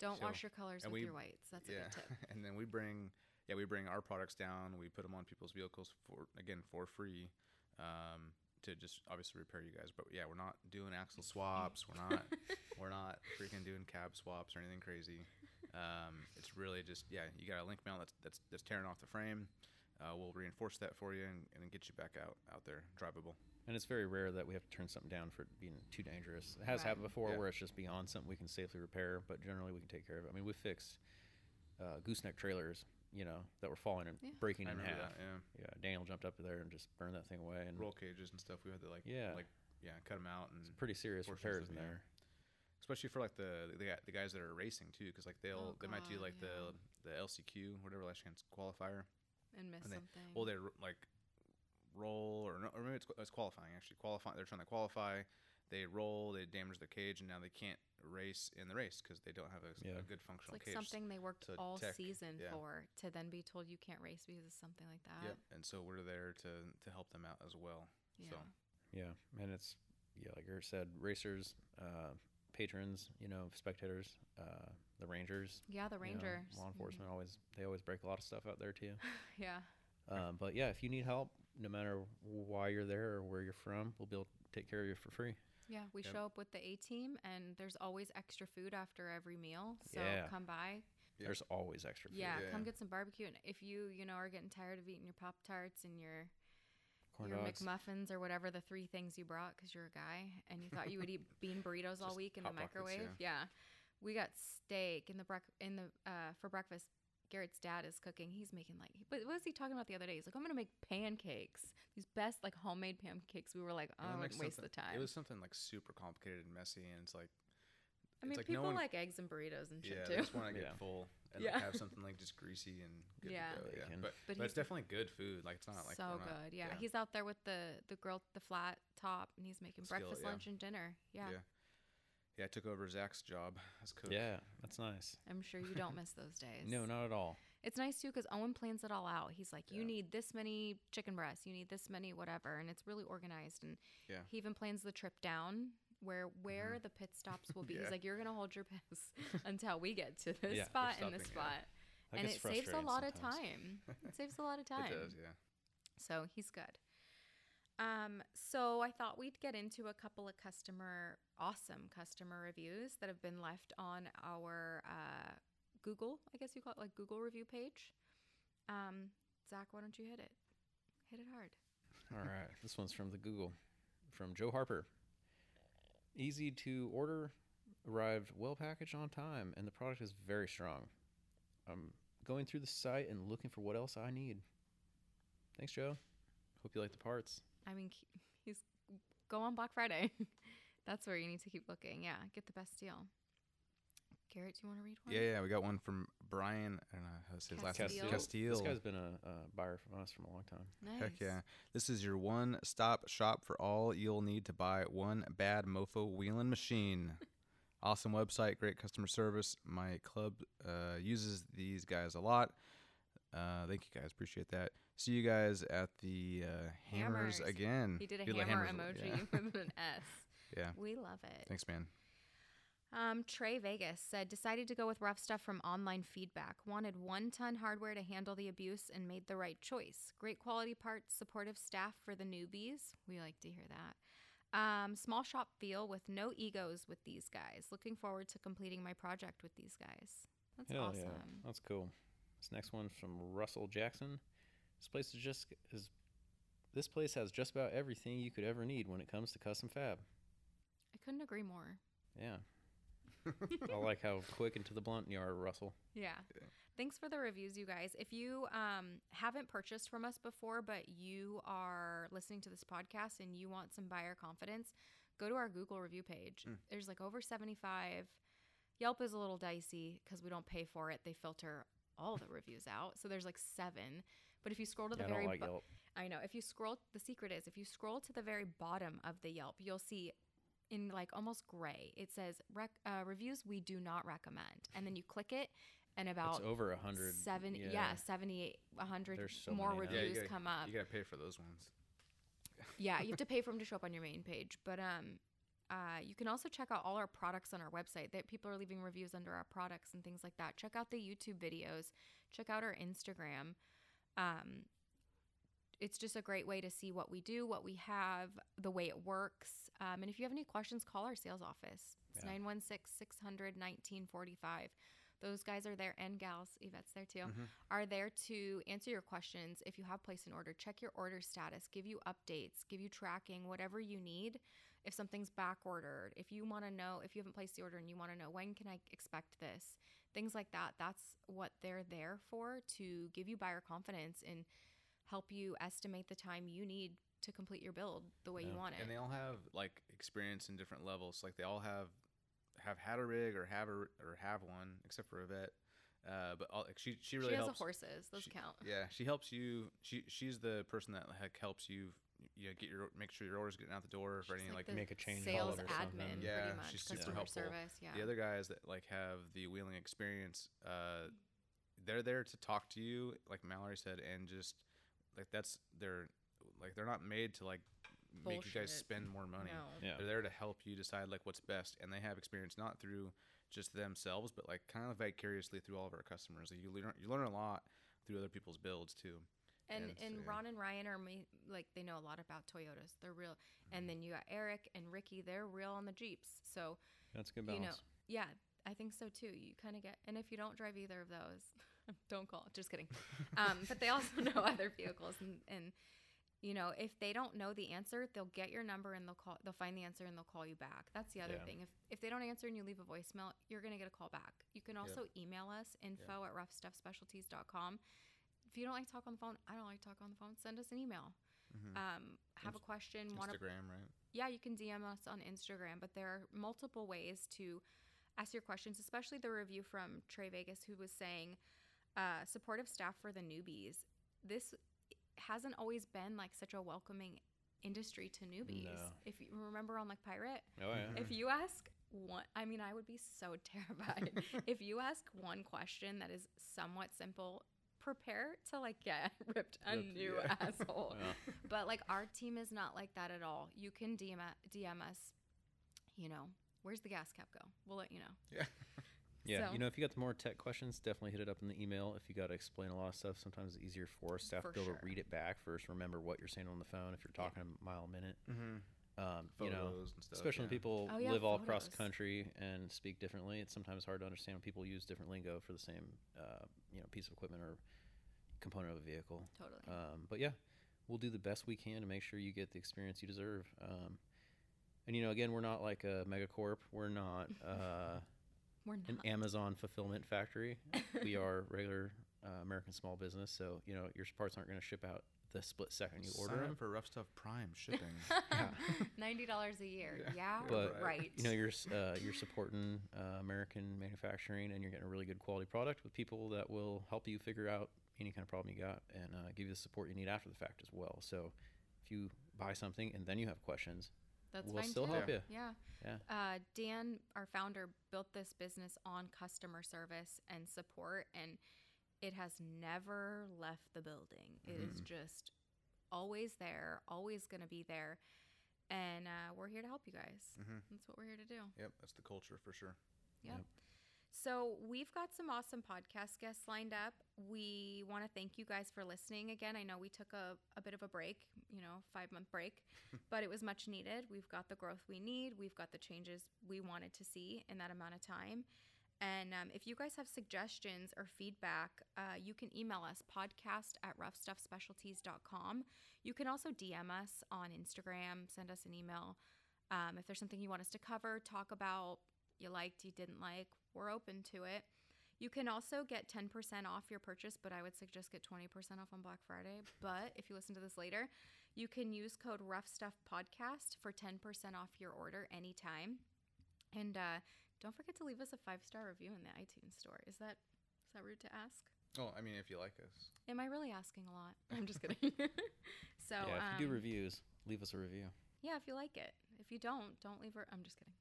S3: Don't
S1: So-
S3: wash your colors with
S1: and we-
S3: your whites. That's a
S1: yeah.
S3: good tip.
S1: and then we bring yeah we bring our products down. We put them on people's vehicles for again for free. Um, to just obviously repair you guys, but yeah, we're not doing axle swaps. We're not, we're not freaking doing cab swaps or anything crazy. Um, it's really just yeah, you got a link mount that's that's, that's tearing off the frame. Uh, we'll reinforce that for you and, and get you back out out there drivable.
S2: And it's very rare that we have to turn something down for it being too dangerous. It has
S3: Right.
S2: happened before
S1: Yeah.
S2: where it's just beyond something we can safely repair, but generally we can take care of it. I mean, we fixed uh, gooseneck trailers, you know, that were falling and
S3: Yeah.
S2: breaking
S1: I
S2: in
S1: remember
S2: half.
S1: that. Yeah.
S2: Yeah, Daniel jumped up there and just burned that thing away, and
S1: roll cages and stuff. We had to like
S2: Yeah.
S1: like yeah cut them out and
S2: pretty serious
S1: portions
S2: repairs
S1: of
S2: in
S1: the-
S2: there.
S1: especially for like the the, guy- the guys that are racing too because like they'll
S3: Oh,
S1: they might do
S3: God,
S1: like
S3: yeah. Mm-hmm.
S1: the the LCQ whatever last chance qualifier.
S3: And miss
S1: And they-
S3: something.
S1: Well, they're like roll or no, or maybe it's, qu- it's qualifying actually qualifying. They're trying to qualify. They roll. They damage their cage and now they can't race in the race because they don't have a, s- a
S2: Yeah.
S1: good
S3: it's
S1: functional
S3: like
S1: cage.
S3: something they worked
S1: so
S3: all
S1: tech,
S3: season
S1: yeah.
S3: for to then be told you can't race because of something like that.
S1: Yep. And so we're there to to help them out as well.
S3: Yeah.
S1: So
S2: Yeah, and it's yeah, like Eric said, racers, uh, patrons, you know, spectators, uh, the rangers,
S3: Yeah, the
S2: you know,
S3: Rangers. mhm.
S2: law enforcement always they always break a lot of stuff out there too.
S3: Yeah.
S2: Um, but yeah, if you need help, no matter why you're there or where you're from, we'll be able to take care of you for free.
S3: Yeah. We
S1: Yep.
S3: show up with the A team, and there's always extra food after every meal. So
S2: Yeah.
S3: come by.
S1: Yeah.
S2: There's always extra food.
S3: Yeah,
S1: Yeah.
S3: Come get some barbecue. And if you, you know, are getting tired of eating your Pop Tarts and your.
S2: Corn
S3: your
S2: dogs.
S3: McMuffins or whatever the three things you brought because you're a guy and you thought you would eat bean burritos all
S1: Just
S3: week in the
S1: Hot Pockets,
S3: microwave. yeah. we got steak in the brec- in the uh, for breakfast. Garrett's dad is cooking. He's making like, but what was he talking about the other day? He's like, I'm gonna make pancakes. These best like homemade pancakes. We were like,
S1: And
S3: oh,
S1: then,
S3: I
S1: like,
S3: wouldn't waste the
S1: something-
S3: time.
S1: It was something like super complicated and messy, and it's like
S3: I mean,
S1: like no
S3: people
S1: one-
S3: like eggs and burritos and shit
S1: Yeah,
S3: too.
S1: they just want to get
S2: Yeah.
S1: full and
S3: Yeah.
S1: like, have something like just greasy and good
S3: Yeah.
S1: to go. Yeah,
S2: Bacon.
S1: but,
S3: But
S1: but,
S3: he's-
S1: it's definitely good food. Like it's not like
S3: so
S1: we're not-
S3: good. Yeah. he's out there with the the grill, the flat top, and he's making
S1: Skill,
S3: breakfast,
S1: yeah.
S3: lunch, and dinner. Yeah,
S1: Yeah. yeah. I took over Zach's job as cook.
S2: Yeah, that's nice.
S3: I'm sure you don't miss those days.
S2: No, not at all.
S3: It's nice too because Owen plans it all out. He's like, you
S1: Yeah.
S3: need this many chicken breasts, you need this many whatever, and it's really organized. And
S1: Yeah. Mm-hmm.
S3: he even plans the trip down where where the pit stops will be. He's
S1: Yeah.
S3: like, you're gonna hold your piss until we get to this
S2: Yeah, we're
S3: spot and
S1: stopping, yeah.
S3: this spot,
S2: That
S3: and
S2: gets
S3: it saves a
S2: frustrating
S3: lot of
S2: sometimes.
S3: time. It saves a lot of time.
S1: it does. Yeah,
S3: So he's good. Um, so I thought we'd get into a couple of customer, awesome customer reviews that have been left on our uh, Google, I guess you call it like Google review page. Um, Zach, why don't you hit it? Hit it hard.
S2: All right. This one's from the Google, from Joe Harper. Easy to order, arrived well packaged on time, and the product is very strong. I'm going through the site and looking for what else I need. Thanks, Joe. Hope you like the parts.
S3: I mean, ke- he's go on Black Friday. That's where you need to keep looking. Yeah, get the best deal. Garrett, do you want to read one?
S1: Yeah, yeah, we got one from Brian. I don't know how to say his last name.
S3: Castile.
S2: This
S1: Castile.
S2: guy's been a, a buyer from us from a long time.
S3: Nice.
S1: Heck yeah. This is your one stop shop for all you'll need to buy one bad mofo wheeling machine. awesome website, great customer service. My club uh, uses these guys a lot. Uh, thank you guys. Appreciate that. See you guys at the uh, hammers,
S3: Hammers.
S1: again.
S3: He did a
S1: Dude, the
S3: hammer
S1: Hammers-
S3: emoji
S1: Yeah.
S3: with an S.
S1: yeah.
S3: We love it.
S1: Thanks, man.
S3: Um, Trey Vegas said, decided to go with rough stuff from online feedback. Wanted one ton hardware to handle the abuse and made the right choice. Great quality parts, supportive staff for the newbies. We like to hear that. Um, small shop feel with no egos with these guys. Looking forward to completing my project with these guys. That's awesome.
S2: That's cool. This next one's from Russell Jackson. This place is just is this place has just about everything you could ever need when it comes to custom fab.
S3: I couldn't agree more.
S2: Yeah. I like how quick and to the blunt you are, Russell.
S3: Yeah. Thanks for the reviews, you guys. If you um, haven't purchased from us before, but you are listening to this podcast and you want some buyer confidence, go to our Google review page.
S2: Hmm.
S1: Mm.
S3: There's like over 75. Yelp is a little dicey because we don't pay for it. They filter all the reviews out. So there's like seven. But if you scroll to the
S2: Yeah, I
S3: very
S2: don't like
S3: bo-
S2: Yelp.
S3: I know. If you scroll, the secret is if you scroll to the very bottom of the Yelp, you'll see in like almost gray, it says rec- uh, reviews we do not recommend. And then you click it, and
S2: It's
S3: about
S2: over a hundred.
S3: seven, yeah, 78, 100
S2: There's so
S3: more
S2: many now. Yeah, you
S3: reviews
S1: gotta-
S3: come up.
S1: You got to pay for those ones.
S3: yeah, you have to pay for them to show up on your main page. But um, uh, you can also check out all our products on our website that people are leaving reviews under our products and things like that. Check out the YouTube videos, check out our Instagram. Um, it's just a great way to see what we do, what we have, the way it works. Um, and if you have any questions, call our sales office. It's
S2: Yeah.
S3: nine one six six hundred nineteen forty five. Those guys are there and gals, Yvette's there too,
S1: Mhm.
S3: are there to answer your questions if you have placed an order, check your order status, give you updates, give you tracking, whatever you need. If something's back ordered, if you want to know, if you haven't placed the order and you want to know when can I expect this, things like that, that's what they're there for to give you buyer confidence and help you estimate the time you need to complete your build the way you
S2: Yeah.
S3: want it.
S1: And they all have like experience in different levels. Like they all have have had a rig or have a, r- or have one, except for Yvette. Uh, but all, like, she she really
S3: she has
S1: helps.
S3: a horses, those
S1: she-
S3: count.
S1: Yeah, she helps you. She she's the person that like helps you. You know, get your make sure your order's getting out the door for
S3: She's
S1: any like.
S3: the
S2: Make a change
S3: Sales
S2: folder or
S3: admin,
S2: something.
S3: pretty
S1: Yeah,
S3: much.
S1: she's super
S3: customer
S1: helpful.
S3: service. Yeah.
S1: The other guys that like have the wheeling experience, uh, they're there to talk to you, like Mallory said, and just like that's their like they're not made to like make you
S3: Bullshit.
S1: guys spend more money.
S3: No.
S2: Yeah.
S1: They're there to help you decide like what's best, and they have experience not through just themselves, but like kind of vicariously through all of our customers. Like you learn you learn a lot through other people's builds too.
S3: And
S1: And
S3: and
S1: so-
S3: Ron and Ryan are ma- like they know a lot about Toyotas. They're real. And then you got Eric and Ricky. They're real on the Jeeps. So
S2: That's a good
S3: you
S2: balance.
S3: know, yeah, I think so too. You kind of get. And if you don't drive either of those, don't call. Just kidding. Um, but they also know other vehicles and. and you know, if they don't know the answer, they'll get your number and they'll call. They'll find the answer and they'll call you back. That's the other
S2: Yeah.
S3: thing. If if they don't answer and you leave a voicemail, you're gonna get a call back. You can also email us info at roughstuffspecialties.com. If you don't like to talk on the phone, I don't like to talk on the phone. Send us an email.
S1: Mhm.
S3: Um, have a
S1: Inst-
S3: question? Want to?
S1: Instagram, right?
S3: Yeah, you can DM us on Instagram. But there are multiple ways to ask your questions, especially the review from Trey Vegas, who was saying uh, supportive staff for the newbies. This hasn't always been like such a welcoming industry to newbies.
S2: No.
S3: If you remember on like Pirate,
S2: oh yeah.
S3: if you ask one, I mean, I would be so terrified. if you ask one question that is somewhat simple, prepare to like get ripped a
S1: Ripped,
S3: new
S1: yeah.
S3: asshole.
S2: Yeah.
S3: But like our team is not like that at all. You can DM, a- DM us, you know, where's the gas cap go? We'll let you know.
S1: Yeah.
S2: Yeah,
S3: So-
S2: you know, if you got the more tech questions, definitely hit it up in the email. If you got to explain a lot of stuff, sometimes it's easier for us to have
S3: For
S2: to be able
S3: sure.
S2: to read it back first. Remember what you're saying on the phone if you're
S3: Yeah.
S2: talking a mile a minute.
S1: Mm-hmm.
S2: Um,
S1: Photos
S2: you know,
S1: and stuff.
S2: especially when
S1: yeah.
S2: people
S3: Oh, yeah,
S2: live all across the
S3: photos.
S2: country and speak differently, it's sometimes hard to understand when people use different lingo for the same, uh, you know, piece of equipment or component of a vehicle.
S3: Totally.
S2: Um, but yeah, we'll do the best we can to make sure you get the experience you deserve. Um, and you know, again, we're not like a megacorp. We're not uh,
S3: We're
S2: an
S3: not.
S2: Amazon fulfillment factory. we are regular uh, American small business, so you know your parts aren't going to ship out the split second you
S1: Sign
S2: order
S1: up
S2: them.
S1: for Rough Stuff Prime shipping.
S2: Yeah.
S3: Ninety dollars a year.
S1: Yeah.
S3: Yeah,
S2: But,
S3: right.
S2: You know, you're s- uh, you're supporting uh, American manufacturing, and you're getting a really good quality product with people that will help you figure out any kind of problem you got and uh, give you the support you need after the fact as well. So if you buy something and then you have questions,
S3: That's
S2: we'll
S3: fine
S2: still
S3: too.
S2: help
S1: Yeah.
S2: you.
S3: Yeah.
S2: Yeah.
S3: Uh, Dan, our founder, built this business on customer service and support, and it has never left the building. It is
S2: Mm-hmm.
S3: just always there, always going to be there. And uh, we're here to help you guys.
S2: Mm.
S1: Mhm.
S3: That's what we're here to do.
S1: Yep, that's the culture for sure.
S3: Yep.
S2: Yep.
S3: So we've got some awesome podcast guests lined up. We want to thank you guys for listening again. I know we took a, a bit of a break, you know, five month break, but it was much needed. We've got the growth we need, we've got the changes we wanted to see in that amount of time. And um, if you guys have suggestions or feedback, uh, you can email us podcast at roughstuffspecialties.com. You can also DM us on Instagram, send us an email. Um, if there's something you want us to cover, talk about, you liked, you didn't like, we're open to it. You can also get 10% off your purchase, but I would suggest get 20% off on Black Friday. But if you listen to this later, you can use code Rough Stuff Podcast for 10% off your order anytime. And uh, don't forget to leave us a five star review in the iTunes store. Is that is that rude to ask?
S1: Oh, I mean, if you like us,
S3: Am I really asking a lot? I'm just kidding. so
S2: yeah, if you
S3: um,
S2: do reviews, leave us a review.
S3: yeah, if you like it. If you don't, don't leave her. I'm just kidding.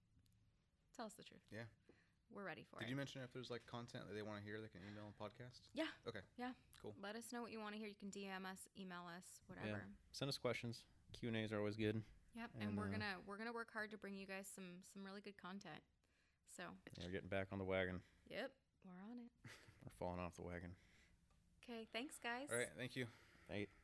S3: Tell us the truth.
S1: Yeah.
S3: We're ready for
S1: did
S3: it.
S1: you mention if there's like content that they want to hear, they can email and podcast?
S3: yeah.
S1: Okay.
S3: Yeah.
S1: Cool.
S3: Let us know what you want to hear. You can DM us, email us, whatever.
S2: Send us questions. Q and A's are always good.
S3: Yep. And,
S2: And,
S3: we're
S2: uh,
S3: gonna we're gonna work hard to bring you guys some some really good content. So
S2: Yeah, we're getting back on the wagon.
S3: yep, we're on it.
S2: We're falling off the wagon.
S3: Okay. Thanks, guys.
S1: All right, thank you.
S2: Hey.